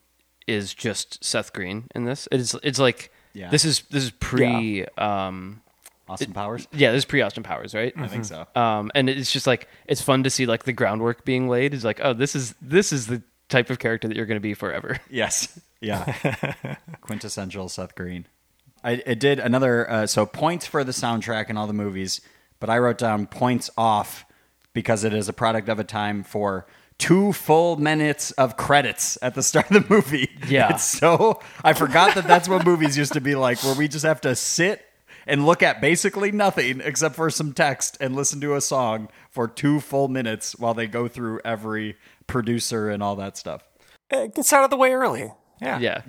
[SPEAKER 2] is just Seth Green in this. It's it's like
[SPEAKER 3] Yeah.
[SPEAKER 2] this is this is pre yeah, um,
[SPEAKER 3] Austin Powers?
[SPEAKER 2] yeah this is pre Austin Powers right.
[SPEAKER 3] I think so.
[SPEAKER 2] Um, and it's just like it's fun to see like the groundwork being laid. It's like oh this is this is the type of character that you're going to be forever. [LAUGHS]
[SPEAKER 3] Yes. [LAUGHS] Yeah. Quintessential Seth Green. I it did another uh, so points for the soundtrack in all the movies, but I wrote down points off because it is a product of a time for two full minutes of credits at the start of the movie.
[SPEAKER 2] Yeah.
[SPEAKER 3] [LAUGHS] It's so I forgot that that's what movies used to be like where we just have to sit and look at basically nothing except for some text and listen to a song for two full minutes while they go through every producer and all that stuff.
[SPEAKER 1] it gets out of the way early. Yeah.
[SPEAKER 2] Yeah.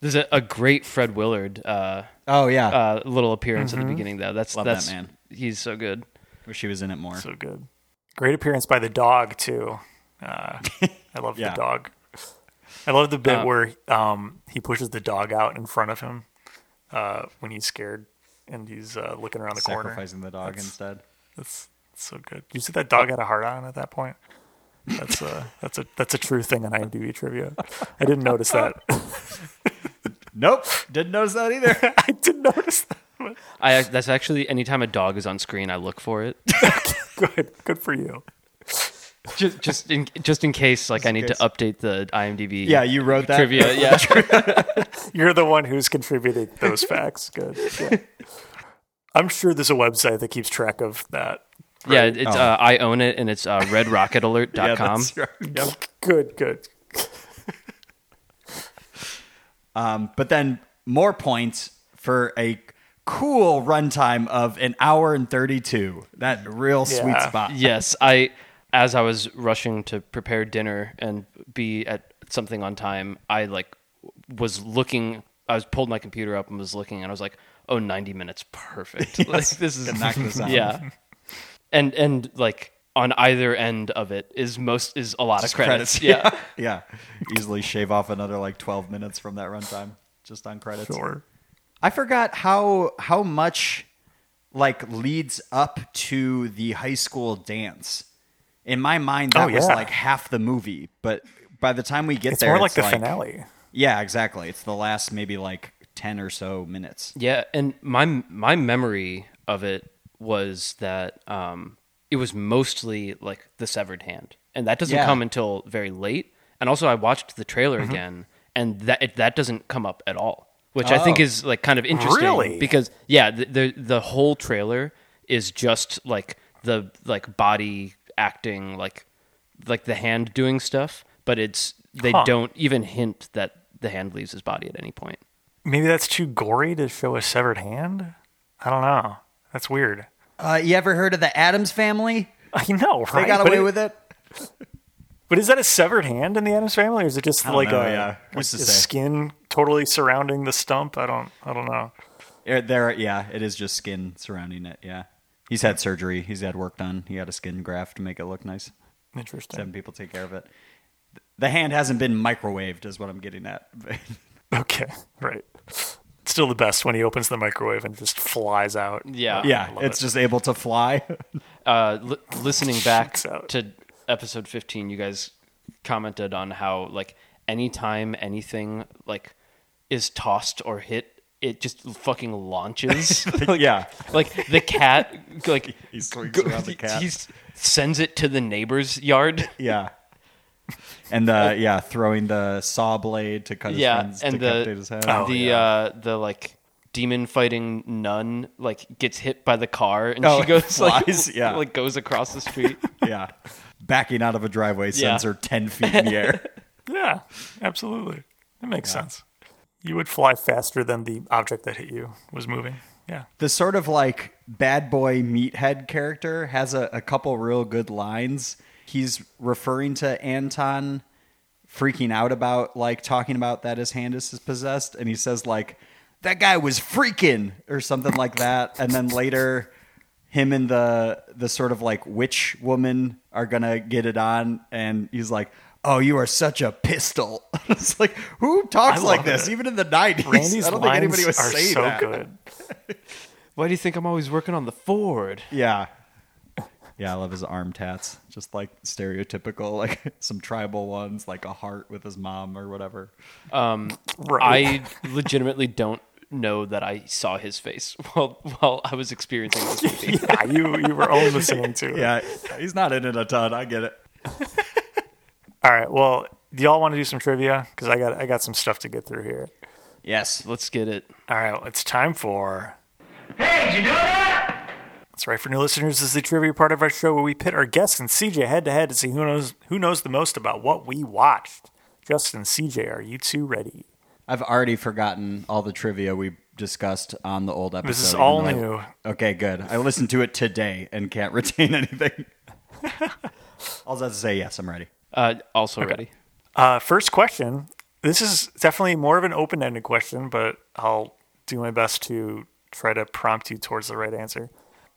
[SPEAKER 2] There's a, a great Fred Willard uh,
[SPEAKER 3] Oh yeah.
[SPEAKER 2] uh, little appearance at the beginning though. That's
[SPEAKER 3] Mm-hmm. Love that
[SPEAKER 2] that's
[SPEAKER 3] man.
[SPEAKER 2] He's so good.
[SPEAKER 3] Wish he was in it more. [LAUGHS]
[SPEAKER 1] So good. Great appearance by the dog too. Uh, I love
[SPEAKER 3] Yeah. Uh,
[SPEAKER 1] the dog. I love the bit where um, he pushes the dog out in front of him uh, when he's scared and he's uh, looking around the corner.
[SPEAKER 3] Sacrificing the dog instead.
[SPEAKER 1] That's so good. You see that dog had a heart on at that point. That's a that's a that's a true thing on IMDb trivia. I didn't notice that. [LAUGHS]
[SPEAKER 3] Nope. Didn't notice
[SPEAKER 2] [LAUGHS]
[SPEAKER 3] that either.
[SPEAKER 1] I didn't notice that. but
[SPEAKER 2] I that's actually anytime a dog is on screen, I look for it.
[SPEAKER 1] Good, good for you.
[SPEAKER 2] just just in just in case like I need
[SPEAKER 3] case.
[SPEAKER 2] to update the IMDb.
[SPEAKER 3] yeah, you wrote that.
[SPEAKER 2] trivia.
[SPEAKER 3] [LAUGHS]
[SPEAKER 2] Yeah,
[SPEAKER 1] You're the one who's contributing those facts. Good. Yeah. I'm sure there's a website that keeps track of that.
[SPEAKER 2] yeah. It's uh, I own it, and it's uh, redrocketalert.com.
[SPEAKER 3] Oh. [LAUGHS] Yeah,
[SPEAKER 2] com.
[SPEAKER 3] that's right. Yep.
[SPEAKER 1] Good, good.
[SPEAKER 3] Um, but then more points for a cool runtime of an hour and 32. That real sweet
[SPEAKER 1] Yeah.
[SPEAKER 3] spot. [LAUGHS]
[SPEAKER 2] yes, I as I was rushing to prepare dinner and be at something on time, I like was looking. I was pulled my computer up and was looking, and I was like, "Oh, 90 minutes,
[SPEAKER 3] [LAUGHS]
[SPEAKER 2] perfect. Like this is
[SPEAKER 3] Knock this
[SPEAKER 2] [LAUGHS]
[SPEAKER 3] out.
[SPEAKER 2] yeah." And and like on either end of it is most is a lot of credits. Yeah.
[SPEAKER 3] [LAUGHS] yeah. Easily shave off another like 12 minutes from that runtime just on credits.
[SPEAKER 1] Sure.
[SPEAKER 3] I forgot how how much like leads up to the high school dance. In my mind, that
[SPEAKER 1] Oh,
[SPEAKER 3] was
[SPEAKER 1] yeah.
[SPEAKER 3] like half the movie, but by the time we get
[SPEAKER 1] It's
[SPEAKER 3] there,
[SPEAKER 1] more like the finale.
[SPEAKER 3] Yeah, exactly. It's the last maybe like ten or so minutes.
[SPEAKER 2] Yeah, and my my memory of it was that um, it was mostly like the severed hand, and that doesn't
[SPEAKER 3] Yeah.
[SPEAKER 2] come until very late. And also, I watched the trailer again, and that it, that doesn't come up at all, which I think
[SPEAKER 3] Oh.
[SPEAKER 2] is like kind of interesting.
[SPEAKER 1] Really?
[SPEAKER 2] because yeah, the, the the whole trailer is just like the like body acting, like like the hand doing stuff, but it's they
[SPEAKER 1] Huh.
[SPEAKER 2] don't even hint that the hand leaves his body at any point.
[SPEAKER 1] Maybe that's too gory to show a severed hand. I don't know. That's weird. [LAUGHS]
[SPEAKER 10] Uh, you ever heard of the Adams family?
[SPEAKER 1] I know,
[SPEAKER 10] They
[SPEAKER 1] right?
[SPEAKER 10] got
[SPEAKER 1] But
[SPEAKER 10] away with it.
[SPEAKER 1] [LAUGHS] But is that a severed hand in the Adams family, or is it just
[SPEAKER 3] don't
[SPEAKER 1] like
[SPEAKER 3] know,
[SPEAKER 1] a,
[SPEAKER 3] yeah. What's
[SPEAKER 1] like
[SPEAKER 3] to
[SPEAKER 1] a
[SPEAKER 3] say?
[SPEAKER 1] skin totally surrounding the stump? I don't. I don't know.
[SPEAKER 3] Yeah, Er, There, yeah, it is just skin surrounding it. Yeah, he's had surgery. He's had work done. He had a skin graft to make it look nice.
[SPEAKER 1] Interesting.
[SPEAKER 3] Seven people take care of it. The hand hasn't been microwaved, is what I'm getting at. [LAUGHS]
[SPEAKER 1] Oh, Okay, right. Still the best when he opens the microwave and just flies out.
[SPEAKER 2] Yeah.
[SPEAKER 3] yeah,
[SPEAKER 1] love
[SPEAKER 3] it's
[SPEAKER 1] it.
[SPEAKER 3] just able
[SPEAKER 1] [LAUGHS]
[SPEAKER 3] to fly.
[SPEAKER 2] uh, li- listening back
[SPEAKER 1] Shoots out.
[SPEAKER 2] to episode 15 you guys commented on how like anytime anything like is tossed or hit it just fucking launches
[SPEAKER 3] yeah,
[SPEAKER 2] like the cat like
[SPEAKER 3] he swings
[SPEAKER 2] go-
[SPEAKER 3] around the cat.
[SPEAKER 2] he s- sends it to the neighbor's yard
[SPEAKER 3] yeah. And the yeah, throwing the saw blade to cut his
[SPEAKER 2] yeah
[SPEAKER 3] friend's-
[SPEAKER 2] and
[SPEAKER 3] to
[SPEAKER 2] the
[SPEAKER 3] amputate his head.
[SPEAKER 2] the uh the like demon fighting nun like gets hit by the car and
[SPEAKER 3] Oh,
[SPEAKER 2] she goes
[SPEAKER 3] flies,
[SPEAKER 2] like,
[SPEAKER 3] yeah.
[SPEAKER 2] like goes across the street
[SPEAKER 3] yeah, backing out of a driveway
[SPEAKER 2] Yeah.
[SPEAKER 3] sends her ten feet in the air.
[SPEAKER 1] Yeah, absolutely. That makes sense. You would fly faster than the object that hit you was moving. Yeah.
[SPEAKER 3] the sort of like bad boy meathead character has a, a couple real good lines. He's referring to Anton freaking out about like talking about that his hand is possessed, and he says like that guy was freaking or something like that, and then later him and the the sort of like witch woman are gonna get it on, and he's like. Oh, you are such a pistol! [LAUGHS] it's like who talks
[SPEAKER 1] I
[SPEAKER 3] like
[SPEAKER 1] love
[SPEAKER 3] this?
[SPEAKER 1] it.
[SPEAKER 3] Even in the nineties,
[SPEAKER 1] Randy's
[SPEAKER 3] [LAUGHS] I don't think
[SPEAKER 1] lines
[SPEAKER 3] anybody was
[SPEAKER 1] are
[SPEAKER 3] saying
[SPEAKER 1] so
[SPEAKER 3] that.
[SPEAKER 1] good.
[SPEAKER 2] why do you think i'm always working on the ford
[SPEAKER 3] Yeah. Yeah, I love his arm tats. Just like stereotypical, [LAUGHS] like some tribal ones, like a heart with his mom or whatever.
[SPEAKER 1] Right.
[SPEAKER 2] I legitimately don't know that I saw his face [LAUGHS] while while I was experiencing this [LAUGHS] movie.
[SPEAKER 1] [LAUGHS] yeah, you you were only listening to. it.
[SPEAKER 3] [LAUGHS] Yeah, he's not in it a ton. I get it.
[SPEAKER 1] All right. Well, do y'all want to do some trivia? Because I got I got some stuff to get through here.
[SPEAKER 3] Yes.
[SPEAKER 2] Let's get it.
[SPEAKER 1] All right. Well, it's time for. That's right. For new listeners, this is the trivia part of our show where we pit our guests and CJ head to head to see who knows who knows the most about what we watched. Justin, CJ, are you two ready?
[SPEAKER 3] I've already forgotten all the trivia we discussed on the old episode.
[SPEAKER 1] This is
[SPEAKER 3] even
[SPEAKER 1] all
[SPEAKER 3] though I-
[SPEAKER 1] new.
[SPEAKER 3] Okay, good. I listened to it today and can't [LAUGHS]
[SPEAKER 1] [LAUGHS]
[SPEAKER 3] retain anything. all I have to say, yes, I'm ready.
[SPEAKER 2] Uh, also ready.
[SPEAKER 1] Uh, first question. This is definitely more of an open ended question, but I'll do my best to try to prompt you towards the right answer.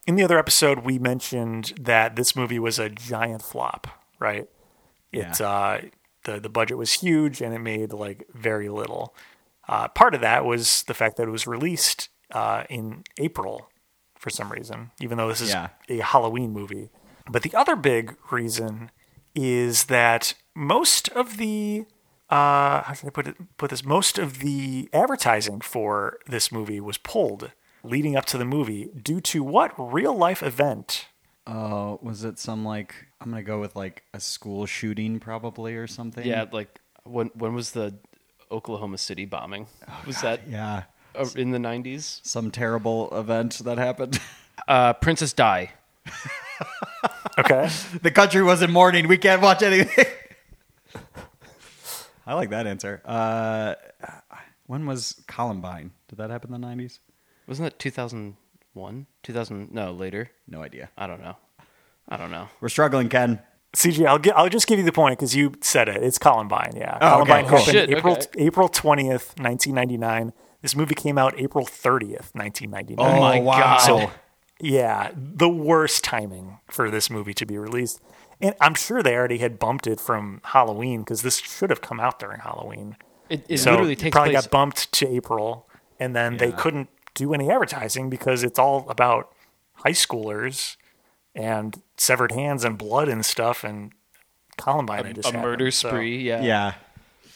[SPEAKER 1] In the other episode, we mentioned that this movie was a giant flop, right? It
[SPEAKER 3] Yeah.
[SPEAKER 1] uh, the the budget was huge, and it made like very little. Uh, part of that was the fact that it was released uh, in April for some reason, even though this is
[SPEAKER 3] Yeah.
[SPEAKER 1] a Halloween movie. But the other big reason is that most of the uh, how should I put it? Put this. Most of the advertising for this movie was pulled leading up to the movie due to what real life event?
[SPEAKER 3] Oh, was it some like, I'm going to go with like a school shooting probably or something?
[SPEAKER 2] Yeah, like when when was the Oklahoma City bombing? was that
[SPEAKER 3] Yeah.
[SPEAKER 2] uh, in the nineties?
[SPEAKER 3] Some terrible event that happened.
[SPEAKER 2] Uh, Princess Di.
[SPEAKER 3] [LAUGHS]
[SPEAKER 1] Okay.
[SPEAKER 3] the country was in mourning. We can't watch anything. [LAUGHS] I like that answer. Uh, when was Columbine? Did that happen in the nineties?
[SPEAKER 2] Wasn't that two thousand one? Two thousand? No, later.
[SPEAKER 3] No idea.
[SPEAKER 2] I don't know. I don't know.
[SPEAKER 3] We're struggling, Ken.
[SPEAKER 1] CJ, I'll get, I'll just give you the point because you said it. It's Columbine, yeah.
[SPEAKER 3] Oh, okay,
[SPEAKER 1] Columbine
[SPEAKER 3] cool.
[SPEAKER 1] happened
[SPEAKER 2] Shit,
[SPEAKER 1] April
[SPEAKER 2] okay.
[SPEAKER 1] April twentieth, nineteen ninety nine. This movie came out April thirtieth, nineteen ninety nine.
[SPEAKER 3] Oh,
[SPEAKER 2] my
[SPEAKER 3] wow.
[SPEAKER 2] God.
[SPEAKER 1] Yeah, the worst timing for this movie to be released. And I'm sure they already had bumped it from Halloween because this should have come out during Halloween.
[SPEAKER 2] It, it
[SPEAKER 1] So
[SPEAKER 2] literally takes
[SPEAKER 1] probably
[SPEAKER 2] place.
[SPEAKER 1] got bumped to April, and then they couldn't do any advertising because it's all about high schoolers and severed hands and blood and stuff and Columbine. had just
[SPEAKER 2] a
[SPEAKER 1] happened,
[SPEAKER 2] murder
[SPEAKER 1] so-
[SPEAKER 2] spree. yeah.
[SPEAKER 3] Yeah.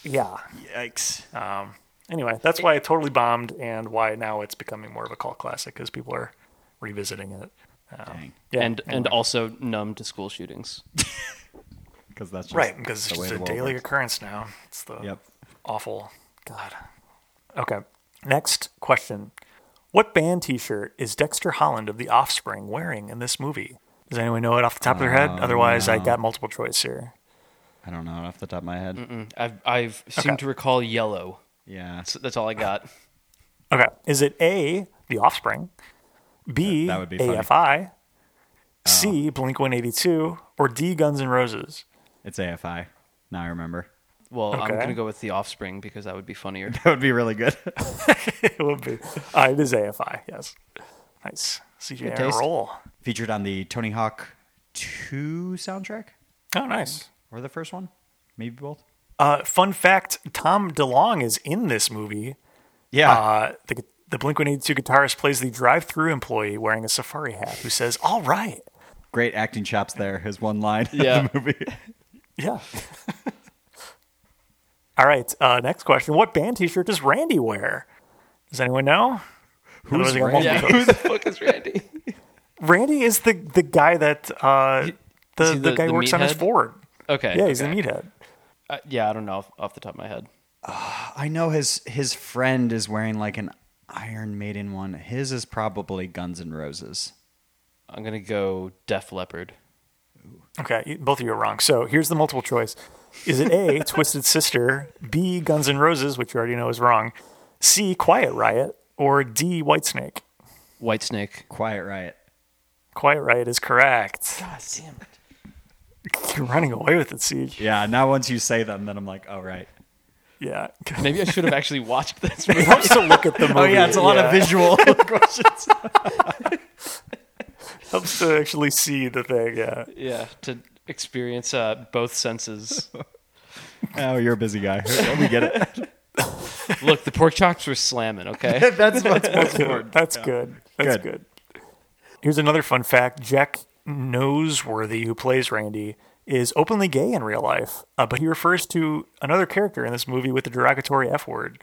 [SPEAKER 1] yeah.
[SPEAKER 3] Yikes.
[SPEAKER 1] Um, Anyway, that's why it totally bombed and why now it's becoming more of a cult classic because people are revisiting it. Um,
[SPEAKER 3] Dang.
[SPEAKER 1] Yeah,
[SPEAKER 2] and and also numb to school shootings.
[SPEAKER 3] Because that's just
[SPEAKER 1] Right, because it's
[SPEAKER 3] the
[SPEAKER 1] just
[SPEAKER 3] way the
[SPEAKER 1] a
[SPEAKER 3] world
[SPEAKER 1] daily
[SPEAKER 3] works.
[SPEAKER 1] occurrence now. It's the
[SPEAKER 3] Yep.
[SPEAKER 1] awful. God. Okay. Next question. What band t shirt is Dexter Holland of The Offspring
[SPEAKER 3] Uh,
[SPEAKER 1] wearing in this movie? Does anyone know it off the top of their head? Otherwise, I got multiple choice here.
[SPEAKER 3] I don't know off the top of my head.
[SPEAKER 2] Mm-mm. I've I've seemed to recall yellow.
[SPEAKER 3] Yeah,
[SPEAKER 2] that's, that's all I [LAUGHS] got.
[SPEAKER 1] Okay. Is it A, The Offspring, B,
[SPEAKER 2] That- that would be funny. Oh.
[SPEAKER 1] AFI, C, Blink 182, or D, Guns N' Roses? [LAUGHS]
[SPEAKER 3] It's AFI. Now I remember. [LAUGHS]
[SPEAKER 2] Well, I'm
[SPEAKER 1] Okay.
[SPEAKER 2] gonna go with the offspring because that would be funnier. [LAUGHS]
[SPEAKER 3] That would be really good. [LAUGHS]
[SPEAKER 1] it would be. Uh, it is AFI, yes. Nice. CJ
[SPEAKER 3] Good
[SPEAKER 1] Aaron
[SPEAKER 3] taste.
[SPEAKER 1] Roll.
[SPEAKER 3] Featured on the Tony Hawk 2 soundtrack.
[SPEAKER 1] Oh, nice.
[SPEAKER 3] Or the first one. Maybe both.
[SPEAKER 1] Uh, fun fact Tom DeLong is in this movie.
[SPEAKER 3] Yeah.
[SPEAKER 1] Uh, the the Blink 182 guitarist plays the drive through employee wearing a safari hat who says, All right.
[SPEAKER 3] Great acting chops there. His one line
[SPEAKER 1] Yeah.
[SPEAKER 3] in the movie. [LAUGHS]
[SPEAKER 1] Yeah. [LAUGHS] All right. Uh, next question. What band t shirt does Randy wear? Does anyone know?
[SPEAKER 3] Who's
[SPEAKER 1] Otherwise, I won't
[SPEAKER 2] Yeah,
[SPEAKER 1] be
[SPEAKER 2] [LAUGHS] who
[SPEAKER 1] close.
[SPEAKER 2] the fuck is Randy?
[SPEAKER 1] Randy is the, the guy that uh, the,
[SPEAKER 2] Is
[SPEAKER 1] the,
[SPEAKER 2] he
[SPEAKER 1] guy who works on his
[SPEAKER 2] meathead?
[SPEAKER 1] Ford.
[SPEAKER 2] Okay.
[SPEAKER 1] Yeah, he's
[SPEAKER 2] okay.
[SPEAKER 1] the meathead.
[SPEAKER 2] Uh, yeah, I don't know off, off the top of my head.
[SPEAKER 3] I know his his friend is wearing like an Iron Maiden one. His is probably Guns N' Roses.
[SPEAKER 2] I'm gonna go Def Leopard.
[SPEAKER 1] Okay, you- both of you are wrong. So here's the multiple choice: Is it A.
[SPEAKER 2] [LAUGHS]
[SPEAKER 1] Twisted Sister, B. Guns N' Roses, which you already know is wrong, C. Quiet Riot, or D. Whitesnake?
[SPEAKER 2] White Snake.
[SPEAKER 3] Quiet Riot.
[SPEAKER 1] Quiet Riot is correct.
[SPEAKER 2] God damn
[SPEAKER 1] [LAUGHS]
[SPEAKER 2] it!
[SPEAKER 1] You're running away with it, Siege.
[SPEAKER 3] Yeah, now once you say them, then I'm like, oh right.
[SPEAKER 1] Yeah,
[SPEAKER 2] Maybe I should have actually [LAUGHS] watched this. Movie.
[SPEAKER 1] [LAUGHS] It helps to look at the [LAUGHS] movie.
[SPEAKER 3] Oh yeah, it's a lot of
[SPEAKER 1] yeah.
[SPEAKER 3] [LAUGHS] visual questions.
[SPEAKER 1] [LAUGHS] helps to actually see the thing. Yeah.
[SPEAKER 2] Yeah, to experience uh, both senses.
[SPEAKER 3] Oh, you're a busy guy. We get it.
[SPEAKER 2] [LAUGHS] Look, the pork chops were
[SPEAKER 1] [LAUGHS]
[SPEAKER 2] slamming. Okay.
[SPEAKER 3] That's what's most important.
[SPEAKER 1] That's good. That's
[SPEAKER 3] Good.
[SPEAKER 1] good. Here's another fun fact: Jack Noseworthy, who plays Randy, is openly gay in real life, uh, but he refers to another character in this movie with the derogatory F word.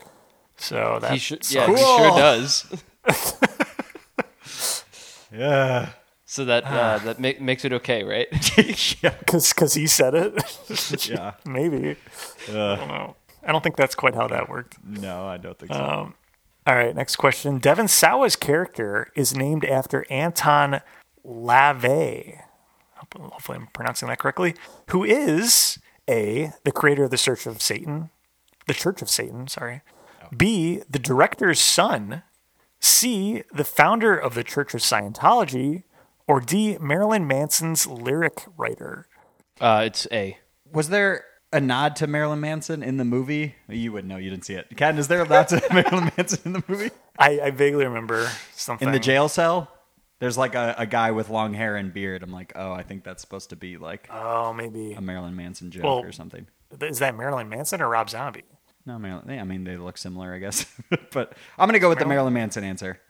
[SPEAKER 1] So
[SPEAKER 2] He
[SPEAKER 1] that's
[SPEAKER 2] should, yeah, he sure does.
[SPEAKER 1] [LAUGHS]
[SPEAKER 3] Yeah.
[SPEAKER 2] So that
[SPEAKER 1] Ah.
[SPEAKER 2] uh, that ma- makes it okay,
[SPEAKER 1] [LAUGHS]
[SPEAKER 2] right? [LAUGHS]
[SPEAKER 1] because he said it. [LAUGHS]
[SPEAKER 3] Yeah.
[SPEAKER 1] maybe. I don't know. I don't think that's quite how that worked.
[SPEAKER 3] No, I don't think so.
[SPEAKER 1] Um, all right, next question. Devin Sawa's character is named after Anton LaVey. Hope- Hopefully, I'm pronouncing that correctly. Who is A, the creator of the Church of Satan, the Church of Satan, sorry. B, the director's son. C, the founder of the Church of Scientology. Or D, Marilyn Manson's lyric writer.
[SPEAKER 2] Uh, it's A.
[SPEAKER 3] Was there a nod to Marilyn Manson in the movie? You wouldn't know. You didn't see it. Ken, is there a nod to [LAUGHS] Marilyn Manson in the movie?
[SPEAKER 1] I, I vaguely remember something.
[SPEAKER 3] In the jail cell? There's like a, a guy with long hair and beard. I'm like, oh, I think that's supposed to be like
[SPEAKER 1] Oh, maybe.
[SPEAKER 3] a Marilyn Manson joke
[SPEAKER 1] Well-
[SPEAKER 3] or something.
[SPEAKER 1] Is that Marilyn Manson or Rob Zombie?
[SPEAKER 3] No, Marilyn. yeah, I mean, they look similar, I guess. [LAUGHS] but I'm going to go with the Marilyn Manson answer.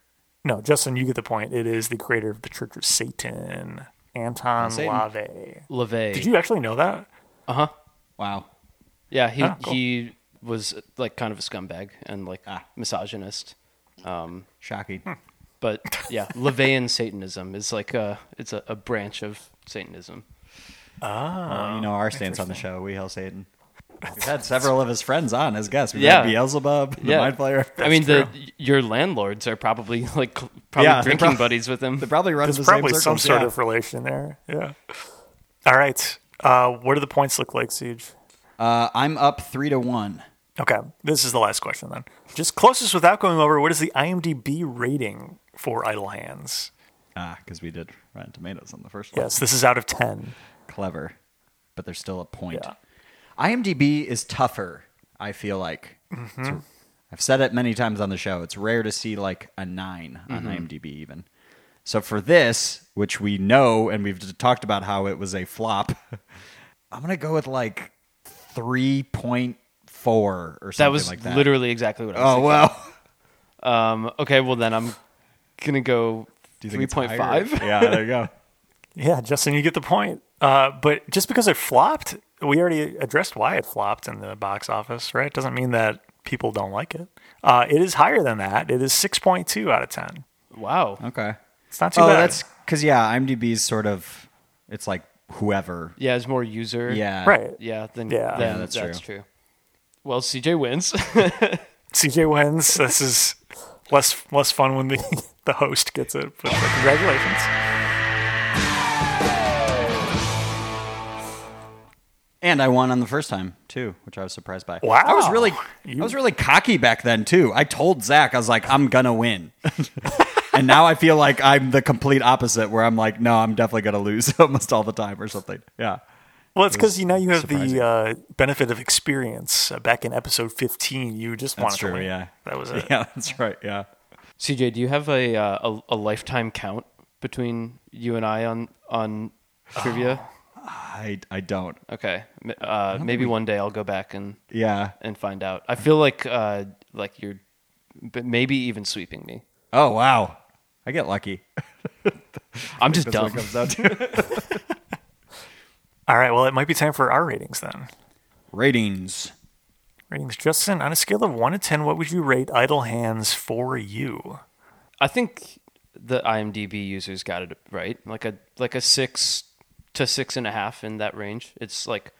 [SPEAKER 1] No, Justin, you get the point. It is the creator of the Church of Satan, Anton
[SPEAKER 3] Satan.
[SPEAKER 1] LaVey.
[SPEAKER 2] LeVay.
[SPEAKER 1] Did you actually know that?
[SPEAKER 2] Uh huh.
[SPEAKER 3] Wow.
[SPEAKER 2] Yeah, he
[SPEAKER 1] Ah, cool. Ah.
[SPEAKER 2] he was like kind of a scumbag and like misogynist. Um,
[SPEAKER 3] Shocking.
[SPEAKER 1] Hmm.
[SPEAKER 2] but yeah, Levian Satanism is like a it's a, a branch of Satanism.
[SPEAKER 3] Well, Uh, you know our stance on the show. We hail Satan. We've had several of his friends on as guests. We've
[SPEAKER 2] Yeah.
[SPEAKER 3] had Beelzebub, the
[SPEAKER 2] Yeah.
[SPEAKER 3] Mind Flayer.
[SPEAKER 2] I mean, the your landlords are probably [LAUGHS] like cl- probably
[SPEAKER 3] Yeah, they
[SPEAKER 2] drinking
[SPEAKER 3] prob-
[SPEAKER 2] buddies with him.
[SPEAKER 3] They probably run
[SPEAKER 1] There's
[SPEAKER 3] the
[SPEAKER 1] probably
[SPEAKER 3] same
[SPEAKER 1] some
[SPEAKER 3] circles,
[SPEAKER 1] sort
[SPEAKER 3] yeah.
[SPEAKER 1] of relation there. Yeah. All right. Uh, what do the points look like, Siege?
[SPEAKER 3] Uh, I'm up three to one.
[SPEAKER 1] Okay. This is the last question then. Just closest without going over, what is the IMDb rating for Idle Hands?
[SPEAKER 3] Ah, because we did Rotten Tomatoes on the first one.
[SPEAKER 1] Yes, this is out of 10.
[SPEAKER 3] clever, but there's still a point.
[SPEAKER 1] Yeah.
[SPEAKER 3] IMDb is tougher. I feel like
[SPEAKER 2] Mm-hmm.
[SPEAKER 3] It's- I've said it many times on the show. It's rare to see like a 9 on
[SPEAKER 2] Mm-hmm.
[SPEAKER 3] IMDb even. So for this, which we know and we've talked about how it was a flop, [LAUGHS] I'm gonna go with like three point four or something
[SPEAKER 2] that was
[SPEAKER 3] like that.
[SPEAKER 2] literally exactly what I was
[SPEAKER 3] oh well.
[SPEAKER 2] thinking. Um, okay, well then I'm gonna go
[SPEAKER 3] Do you think
[SPEAKER 2] three
[SPEAKER 3] it's
[SPEAKER 2] point
[SPEAKER 3] higher?
[SPEAKER 2] five.
[SPEAKER 3] [LAUGHS]
[SPEAKER 2] [LAUGHS]
[SPEAKER 3] yeah, there you go.
[SPEAKER 1] Yeah, Justin, you get the point. Uh, but just because it flopped, we already addressed why it flopped in the box office, right? Doesn't mean that people don't like it. Uh, it is higher than that. It is 6.2 out of 10.
[SPEAKER 2] Wow.
[SPEAKER 3] Okay.
[SPEAKER 1] It's not too
[SPEAKER 3] oh,
[SPEAKER 1] bad.
[SPEAKER 3] that's because yeah, IMDb is sort of it's like whoever.
[SPEAKER 2] Yeah, it's more user.
[SPEAKER 3] Yeah.
[SPEAKER 1] right.
[SPEAKER 2] Yeah. Then
[SPEAKER 1] Yeah.
[SPEAKER 2] then
[SPEAKER 1] Yeah,
[SPEAKER 3] that's
[SPEAKER 2] that's, true. Well, CJ wins. [LAUGHS]
[SPEAKER 1] CJ wins. This is less less fun when the, [LAUGHS] the host gets it. But congratulations.
[SPEAKER 3] And I won on the first time too, which I was surprised by.
[SPEAKER 1] Wow.
[SPEAKER 3] I was really,
[SPEAKER 1] You-
[SPEAKER 3] I was really cocky back then too. I told Zach, I was like, I'm
[SPEAKER 1] [LAUGHS]
[SPEAKER 3] gonna win. and now I feel like I'm the complete opposite, where I'm like, no, I'm definitely gonna lose [LAUGHS] almost all the time or something. Yeah.
[SPEAKER 1] Well, it's because you know you have
[SPEAKER 3] surprising.
[SPEAKER 1] the uh, benefit of experience. Uh, back in episode fifteen, you just
[SPEAKER 3] That's
[SPEAKER 1] wanted to
[SPEAKER 3] true.
[SPEAKER 1] win.
[SPEAKER 3] Yeah.
[SPEAKER 1] that
[SPEAKER 3] [LAUGHS]
[SPEAKER 1] was it.
[SPEAKER 3] Yeah, that's right. Yeah.
[SPEAKER 2] CJ, do you have a uh, a, a lifetime count between you and I on on trivia? [LAUGHS]
[SPEAKER 3] I I don't.
[SPEAKER 2] Okay, M- uh, maybe one day I'll go back and
[SPEAKER 3] Yeah.
[SPEAKER 2] and find out. I feel like uh, like you're, but maybe even sweeping me.
[SPEAKER 3] Oh wow. I get lucky.
[SPEAKER 2] I'm just
[SPEAKER 3] That's what it
[SPEAKER 2] dumb.
[SPEAKER 3] comes
[SPEAKER 1] [LAUGHS]
[SPEAKER 3] down to.
[SPEAKER 1] All right. Well, it might be time for our ratings then.
[SPEAKER 3] Ratings.
[SPEAKER 1] Ratings, Justin. On a scale of one to ten, what would you rate Idle Hands for you?
[SPEAKER 2] I think the IMDb users got it right, like a like a six to six and a half in that range. It's like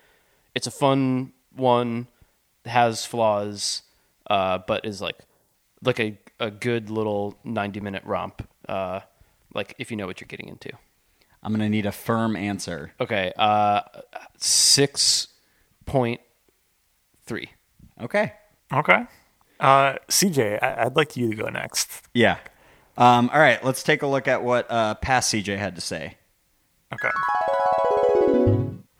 [SPEAKER 2] it's a fun one, has flaws, uh, but is like like a, a good little ninety minute romp. Uh, like if you know what you're getting into.
[SPEAKER 3] I'm gonna need a firm answer.
[SPEAKER 2] Okay, uh, six point three.
[SPEAKER 3] Okay.
[SPEAKER 1] Okay. Uh, CJ, I- I'd like you to go next.
[SPEAKER 3] Yeah. Um, all right. Let's take a look at what uh, past CJ had to say.
[SPEAKER 1] Okay.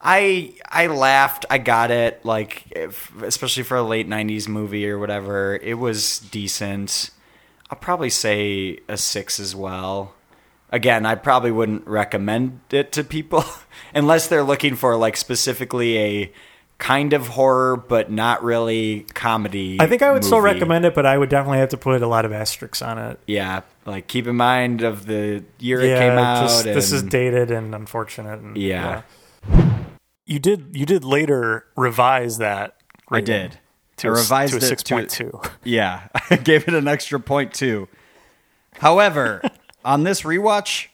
[SPEAKER 11] I I laughed. I got it. Like, if, especially for a late '90s movie or whatever, it was decent. I'll probably say a six as well. Again, I probably wouldn't recommend it to people [LAUGHS] unless they're looking for like specifically a kind of horror but not really comedy.
[SPEAKER 12] I think I would still
[SPEAKER 11] movie.
[SPEAKER 12] recommend it, but I would definitely have to put a lot of asterisks on it.
[SPEAKER 11] Yeah, like keep in mind of the year it
[SPEAKER 12] yeah,
[SPEAKER 11] came out.
[SPEAKER 12] just- this is
[SPEAKER 11] and-
[SPEAKER 12] dated and unfortunate. And,
[SPEAKER 11] Yeah.
[SPEAKER 1] You did. You did later revise that.
[SPEAKER 3] I
[SPEAKER 1] rating
[SPEAKER 3] did.
[SPEAKER 1] To
[SPEAKER 3] I
[SPEAKER 1] a s-
[SPEAKER 3] revised
[SPEAKER 1] to a
[SPEAKER 3] it
[SPEAKER 1] six point two. [LAUGHS]
[SPEAKER 3] Yeah, [LAUGHS] I gave it an extra point too.
[SPEAKER 1] [LAUGHS]
[SPEAKER 3] However, on this rewatch,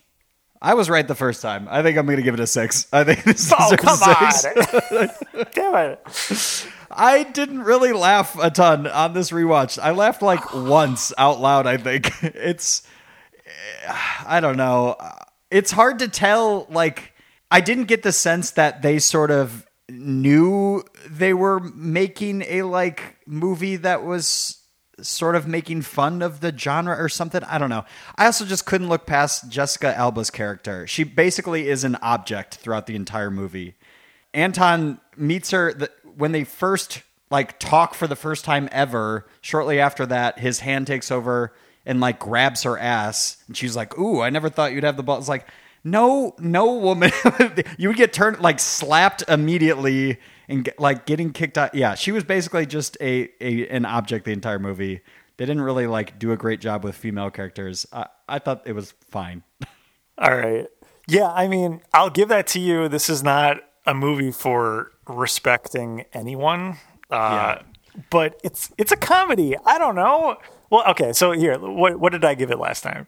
[SPEAKER 3] I was right the first time. I think I'm going to give it a six. I think this
[SPEAKER 1] Oh
[SPEAKER 3] deserves
[SPEAKER 1] come
[SPEAKER 3] a six.
[SPEAKER 1] on! [LAUGHS] Damn it!
[SPEAKER 3] I didn't really laugh a ton on this rewatch. I laughed like once out loud, I think. [LAUGHS] It's I don't know. It's hard to tell like I didn't get the sense that they sort of knew they were making a like movie that was sort of making fun of the genre or something. I don't know. I also just couldn't look past Jessica Alba's character. She basically is an object throughout the entire movie. Anton meets her the, when they first like talk for the first time ever. Shortly after that, his hand takes over and like grabs her ass, and she's like, "Ooh, I never thought you'd have the balls." It's like, no, no woman, [LAUGHS] you would get turned like slapped immediately and get, like getting kicked out. Yeah, she was basically just a, a an object the entire movie. They didn't really like do a great job with female characters. I, I thought it was fine.
[SPEAKER 1] All right. Yeah, I mean, I'll give that to you. This is not a movie for respecting anyone. Uh, But it's it's a comedy. I don't know. Well, okay. So here, what what did I give it last time?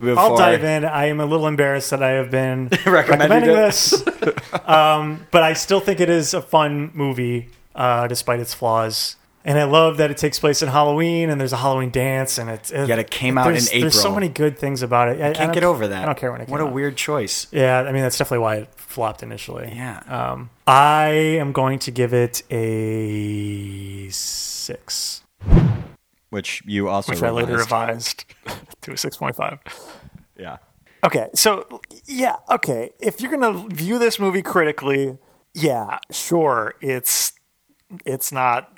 [SPEAKER 11] Before,
[SPEAKER 12] I'll dive in. I am a little embarrassed that I have been
[SPEAKER 11] [LAUGHS] Recommended
[SPEAKER 12] recommending
[SPEAKER 11] it.
[SPEAKER 12] this, [LAUGHS] um, but I still think it is a fun movie uh, despite its flaws. And I love that it takes place in Halloween and there's a Halloween dance and it's
[SPEAKER 11] Yet it came out in
[SPEAKER 12] there's- There's so
[SPEAKER 11] April.
[SPEAKER 12] many good things about it. I, I
[SPEAKER 11] Can't
[SPEAKER 12] don't-
[SPEAKER 11] get over that.
[SPEAKER 12] I don't care when it. Came
[SPEAKER 11] What a
[SPEAKER 12] out.
[SPEAKER 11] weird choice.
[SPEAKER 12] Yeah, I mean that's definitely why it flopped initially.
[SPEAKER 11] Yeah.
[SPEAKER 12] Um, I am going to give it a six.
[SPEAKER 3] Which you also
[SPEAKER 1] Which I later
[SPEAKER 3] revised.
[SPEAKER 12] [LAUGHS]
[SPEAKER 1] revised to a six point five.
[SPEAKER 3] Yeah.
[SPEAKER 1] Okay, so yeah, okay. If you're gonna view this movie critically, yeah, sure, it's it's not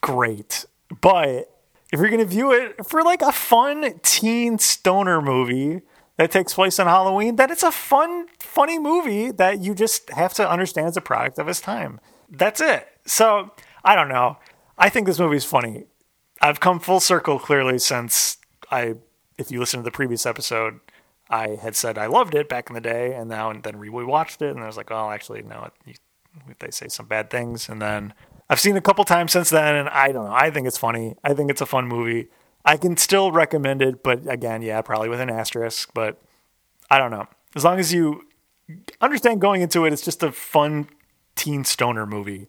[SPEAKER 1] great, but if you're gonna view it for like a fun teen stoner movie that takes place on Halloween, that it's a fun, funny movie that you just have to understand is a product of its time. That's it. So I don't know. I think this movie's funny. I've come full circle clearly since I, if you listen to the previous episode, I had said I loved it back in the day, and now and then we watched it, and I was like, oh, actually, no, it, you, they say some bad things, and then I've seen it a couple times since then, and I don't know. I think it's funny. I think it's a fun movie. I can still recommend it, but again, yeah, probably with an asterisk, but I don't know. As long as you understand going into it, it's just a fun teen stoner movie.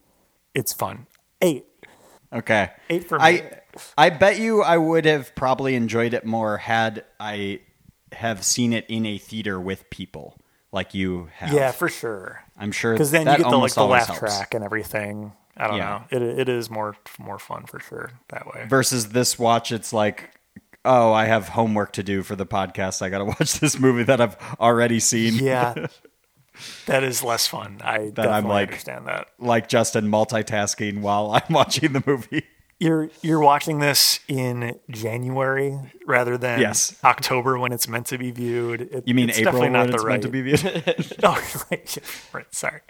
[SPEAKER 1] It's fun. Eight.
[SPEAKER 3] Okay.
[SPEAKER 1] Eight for me.
[SPEAKER 3] I I bet you I would have probably enjoyed it more had I have seen it in a theater with people. like you have.
[SPEAKER 1] Yeah, for sure.
[SPEAKER 3] I'm sure
[SPEAKER 1] because then you
[SPEAKER 3] that
[SPEAKER 1] get the like
[SPEAKER 3] almost
[SPEAKER 1] the
[SPEAKER 3] always
[SPEAKER 1] laugh
[SPEAKER 3] helps.
[SPEAKER 1] track and everything. I don't
[SPEAKER 3] Yeah.
[SPEAKER 1] know. It it is more more fun for sure that way.
[SPEAKER 3] Versus this watch, it's like, oh, I have homework to do for the podcast. I got to [LAUGHS] watch this movie that I've already seen. [LAUGHS]
[SPEAKER 1] Yeah, that is less fun. I
[SPEAKER 3] that
[SPEAKER 1] definitely
[SPEAKER 3] I'm like,
[SPEAKER 1] understand that.
[SPEAKER 3] like Justin multitasking while I'm [LAUGHS] watching the movie.
[SPEAKER 1] You're you're watching this in January rather than
[SPEAKER 3] Yes.
[SPEAKER 1] October when it's meant to be viewed. It-
[SPEAKER 3] You mean
[SPEAKER 1] it's
[SPEAKER 3] April
[SPEAKER 1] definitely
[SPEAKER 3] when
[SPEAKER 1] not the
[SPEAKER 3] it's
[SPEAKER 1] right.
[SPEAKER 3] meant to be viewed?
[SPEAKER 1] [LAUGHS] oh, right, yeah, right. Sorry,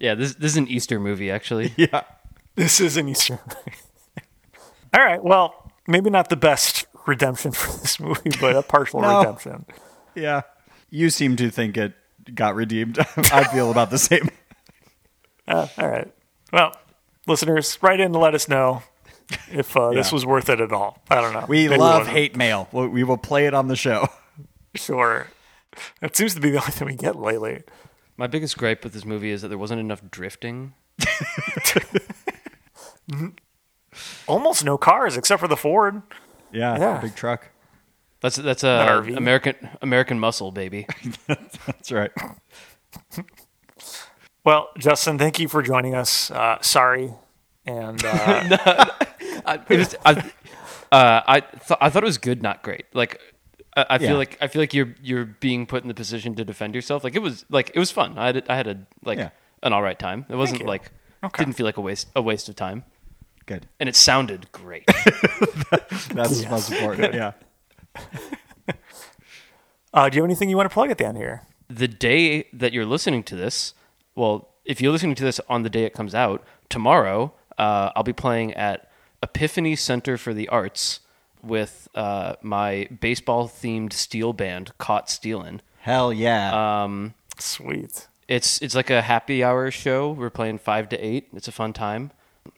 [SPEAKER 2] Yeah, this this is an Easter movie actually.
[SPEAKER 3] yeah.
[SPEAKER 1] this is an Easter. [LAUGHS] All right. Well, maybe not the best redemption for this movie, but a partial
[SPEAKER 3] No.
[SPEAKER 1] redemption.
[SPEAKER 3] Yeah. You seem to think it got redeemed. [LAUGHS] I feel about the same.
[SPEAKER 1] Uh, all right. Well, listeners, write in to let us know if uh, this
[SPEAKER 3] Yeah.
[SPEAKER 1] was worth it at all. I don't know.
[SPEAKER 3] [LAUGHS] We
[SPEAKER 1] Maybe it
[SPEAKER 3] love
[SPEAKER 1] wasn't.
[SPEAKER 3] hate mail. We- We will play it on the show. [LAUGHS]
[SPEAKER 1] Sure. That seems to be the [LAUGHS] only thing we get lately.
[SPEAKER 2] My biggest gripe with this movie is that there wasn't enough drifting.
[SPEAKER 1] Almost no cars except for the Ford.
[SPEAKER 3] Yeah,
[SPEAKER 1] Yeah.
[SPEAKER 3] big truck.
[SPEAKER 2] That's that's
[SPEAKER 1] An
[SPEAKER 2] a
[SPEAKER 1] RV?
[SPEAKER 2] American American muscle baby.
[SPEAKER 3] That's right.
[SPEAKER 1] Well, Justin, thank you for joining us. Uh, sorry. And
[SPEAKER 3] [LAUGHS]
[SPEAKER 1] uh,
[SPEAKER 2] I, it was, I, uh, I, th- I thought it was good, not great. Like, I, I feel
[SPEAKER 3] Yeah.
[SPEAKER 2] like I feel like you're you're being put in the position to defend yourself. Like it was like it was fun. I had, I had a like
[SPEAKER 3] Yeah.
[SPEAKER 2] an all right time. It wasn't
[SPEAKER 1] you.
[SPEAKER 2] like
[SPEAKER 1] Okay.
[SPEAKER 2] didn't feel like a waste a waste of time,
[SPEAKER 3] Good.
[SPEAKER 2] and it sounded great.
[SPEAKER 3] That's most important. Yeah.
[SPEAKER 1] uh, do you have anything you want to plug at the end here?
[SPEAKER 2] the day that you're listening to this, well, if you're listening to this on the day it comes out, tomorrow uh, I'll be playing at Epiphany Center for the Arts with uh, my baseball themed steel band, Caught Steelin'.
[SPEAKER 3] Hell yeah.
[SPEAKER 1] Sweet.
[SPEAKER 2] It's it's like a happy hour show. We're playing five to eight. It's a fun time,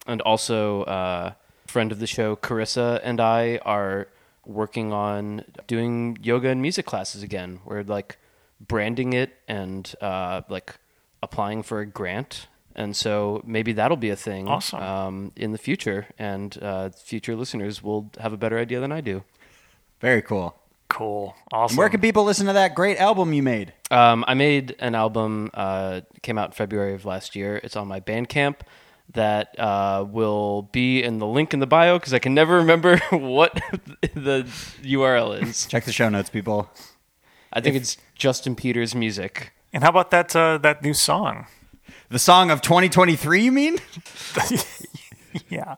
[SPEAKER 2] and also uh, friend of the show Carissa and I are working on doing yoga and music classes again. We're like branding it and uh, like applying for a grant, and so maybe that'll be a thing
[SPEAKER 1] Awesome.
[SPEAKER 2] um, in the future, and uh, future listeners will have a better idea than I do.
[SPEAKER 3] Very cool.
[SPEAKER 1] Cool. Awesome.
[SPEAKER 3] And where can people listen to that great album you made?
[SPEAKER 2] Um, I made an album, uh, came out in February of last year. It's on my Bandcamp that uh, will be in the link in the bio because I can never remember [LAUGHS] what the URL is.
[SPEAKER 3] Check the show notes, people.
[SPEAKER 2] I think it's Justin Peters Music.
[SPEAKER 1] and how about that uh, that new song?
[SPEAKER 3] The song of 2023, you mean?
[SPEAKER 1] Yeah.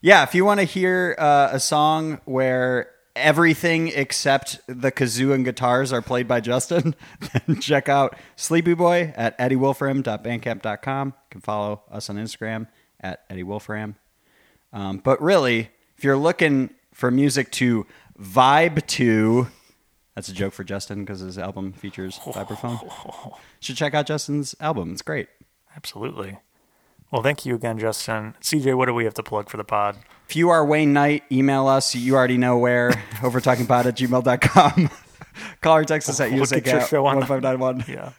[SPEAKER 3] Yeah, if you want to hear uh, a song where everything except the kazoo and guitars are played by Justin, [LAUGHS] then check out Sleepy Boy at eddiewilfram.bandcamp.com. You can follow us on Instagram at eddiewilfram. Um, but really, if you're looking for music to vibe to, that's a joke for Justin because his album features vibraphone. You should check out Justin's album. It's great.
[SPEAKER 1] Absolutely. Well, thank you again, Justin. CJ, what do we have to plug for the pod?
[SPEAKER 3] If you are Wayne Knight, email us. You already know where. [LAUGHS] Overtalkingpod at gmail.com. [LAUGHS] Call or text us at
[SPEAKER 1] We'll
[SPEAKER 3] USAC
[SPEAKER 1] get your
[SPEAKER 3] at
[SPEAKER 1] show on the-
[SPEAKER 3] 1591.
[SPEAKER 1] Yeah.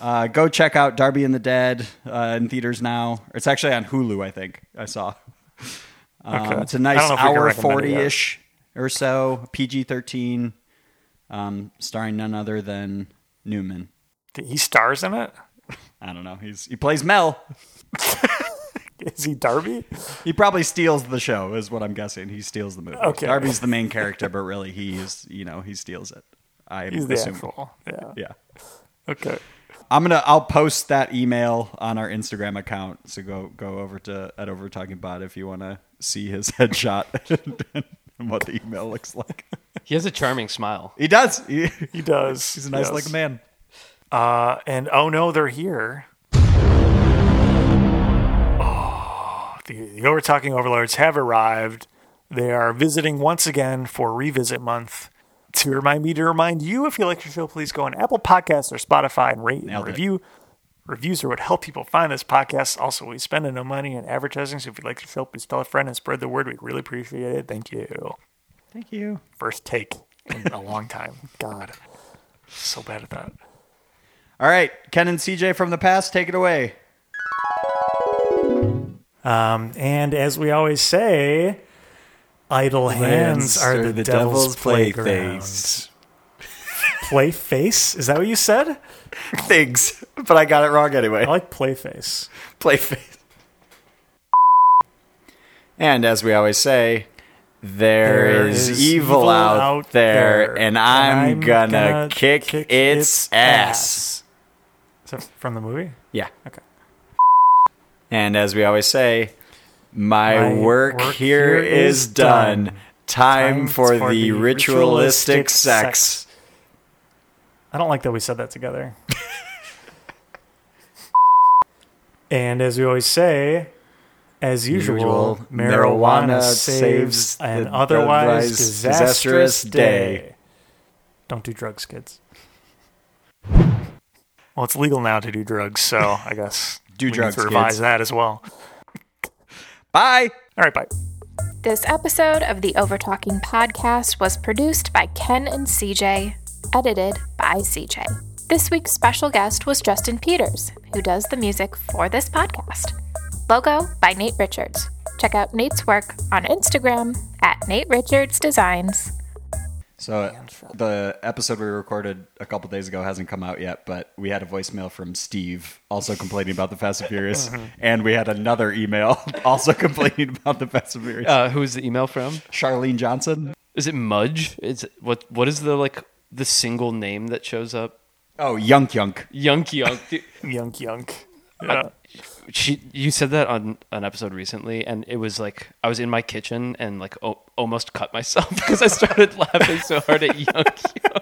[SPEAKER 3] Uh, go check out Darby and the Dead uh, in theaters now. It's actually on Hulu, I think. I saw. Um,
[SPEAKER 1] Okay.
[SPEAKER 3] It's a
[SPEAKER 1] I don't
[SPEAKER 3] nice
[SPEAKER 1] know if we can
[SPEAKER 3] hour
[SPEAKER 1] recommend it yet.
[SPEAKER 3] 40 ish or so, PG 13, um, starring none other than Newman.
[SPEAKER 1] He stars in it?
[SPEAKER 3] I don't know. He's He plays Mel.
[SPEAKER 1] Is he Darby?
[SPEAKER 3] He probably steals the show, is what I'm guessing. He steals the movie.
[SPEAKER 1] Okay.
[SPEAKER 3] Darby's the main character, but really he is, you know, he steals it. I
[SPEAKER 1] He's the
[SPEAKER 3] assume.
[SPEAKER 1] actual. Yeah.
[SPEAKER 3] Yeah.
[SPEAKER 1] Okay.
[SPEAKER 3] I'm gonna I'll post that email on our Instagram account. So go go over to at over talking bot if you wanna see his [LAUGHS] headshot and what the email looks like.
[SPEAKER 2] He has a charming smile.
[SPEAKER 3] He does. He,
[SPEAKER 1] He does.
[SPEAKER 3] he's a nice
[SPEAKER 1] yes.
[SPEAKER 3] looking man.
[SPEAKER 1] Uh, and oh no, they're here. Oh, the, the Over Talking Overlords have arrived. They are visiting once again for Revisit Month. To remind me to remind you, if you like your show, please go on Apple Podcasts or Spotify and rate and
[SPEAKER 3] Nailed it.
[SPEAKER 1] review. Reviews are what help people find this podcast. Also, we spend no money on advertising, so if you like the show, please tell a friend and spread the word. We'd really appreciate it. Thank you.
[SPEAKER 3] Thank you.
[SPEAKER 1] First take in a long time. [LAUGHS] God, so bad at that.
[SPEAKER 3] All right, Ken and CJ from the past, take it away.
[SPEAKER 12] Um, and as we always say, idle hands, are the, devil's, playground.
[SPEAKER 1] play face? Is that what you said?
[SPEAKER 3] Things, but I got it wrong anyway. I
[SPEAKER 1] like play face.
[SPEAKER 3] Play face. And as we always say, there is, evil, out, there, and I'm, gonna, kick, its, ass.
[SPEAKER 1] Is that from the movie?
[SPEAKER 3] Yeah.
[SPEAKER 1] Okay.
[SPEAKER 3] And as we always say, my, work, here is done. Time, for, the ritualistic,
[SPEAKER 1] ritualistic
[SPEAKER 3] sex.
[SPEAKER 1] I don't like that we said that
[SPEAKER 3] [LAUGHS]
[SPEAKER 1] together. and as we always say, as usual,
[SPEAKER 3] Usual,
[SPEAKER 1] marijuana,
[SPEAKER 3] marijuana
[SPEAKER 1] saves
[SPEAKER 3] saves
[SPEAKER 1] an
[SPEAKER 3] the-
[SPEAKER 1] otherwise
[SPEAKER 3] otherwise
[SPEAKER 1] disastrous
[SPEAKER 3] disastrous
[SPEAKER 1] day.
[SPEAKER 3] day.
[SPEAKER 1] Don't do drugs, kids. Well, it's legal now to do drugs, so I guess
[SPEAKER 3] Do
[SPEAKER 1] we need
[SPEAKER 3] drugs,
[SPEAKER 1] to revise
[SPEAKER 3] kids.
[SPEAKER 1] that as well.
[SPEAKER 3] Bye.
[SPEAKER 1] All right, bye.
[SPEAKER 13] This episode of the Over Talking podcast was produced by Ken and CJ, edited by CJ. This week's special guest was Justin Peters, who does the music for this podcast. Logo by Nate Richards. Check out Nate's work on Instagram at Nate Richards Designs.
[SPEAKER 14] So the episode we recorded a couple days ago hasn't come out yet, but we had a voicemail from Steve also complaining about the Fast and Furious,
[SPEAKER 2] Mhm.
[SPEAKER 14] and we had another email [LAUGHS] also complaining about the Fast and Furious.
[SPEAKER 2] Uh, who's the email from?
[SPEAKER 14] Charlene Johnson.
[SPEAKER 2] Is it Mudge? Is it, what? What is the like the single name that shows up?
[SPEAKER 14] Oh, Yunk Yunk.
[SPEAKER 2] Yunk Yunk. [LAUGHS] dude.
[SPEAKER 1] Yunk Yunk.
[SPEAKER 2] Uh, she you said that on an episode recently and it was like i was in [LAUGHS] my kitchen and like o- almost cut myself because i started laughing so hard at yunk yunk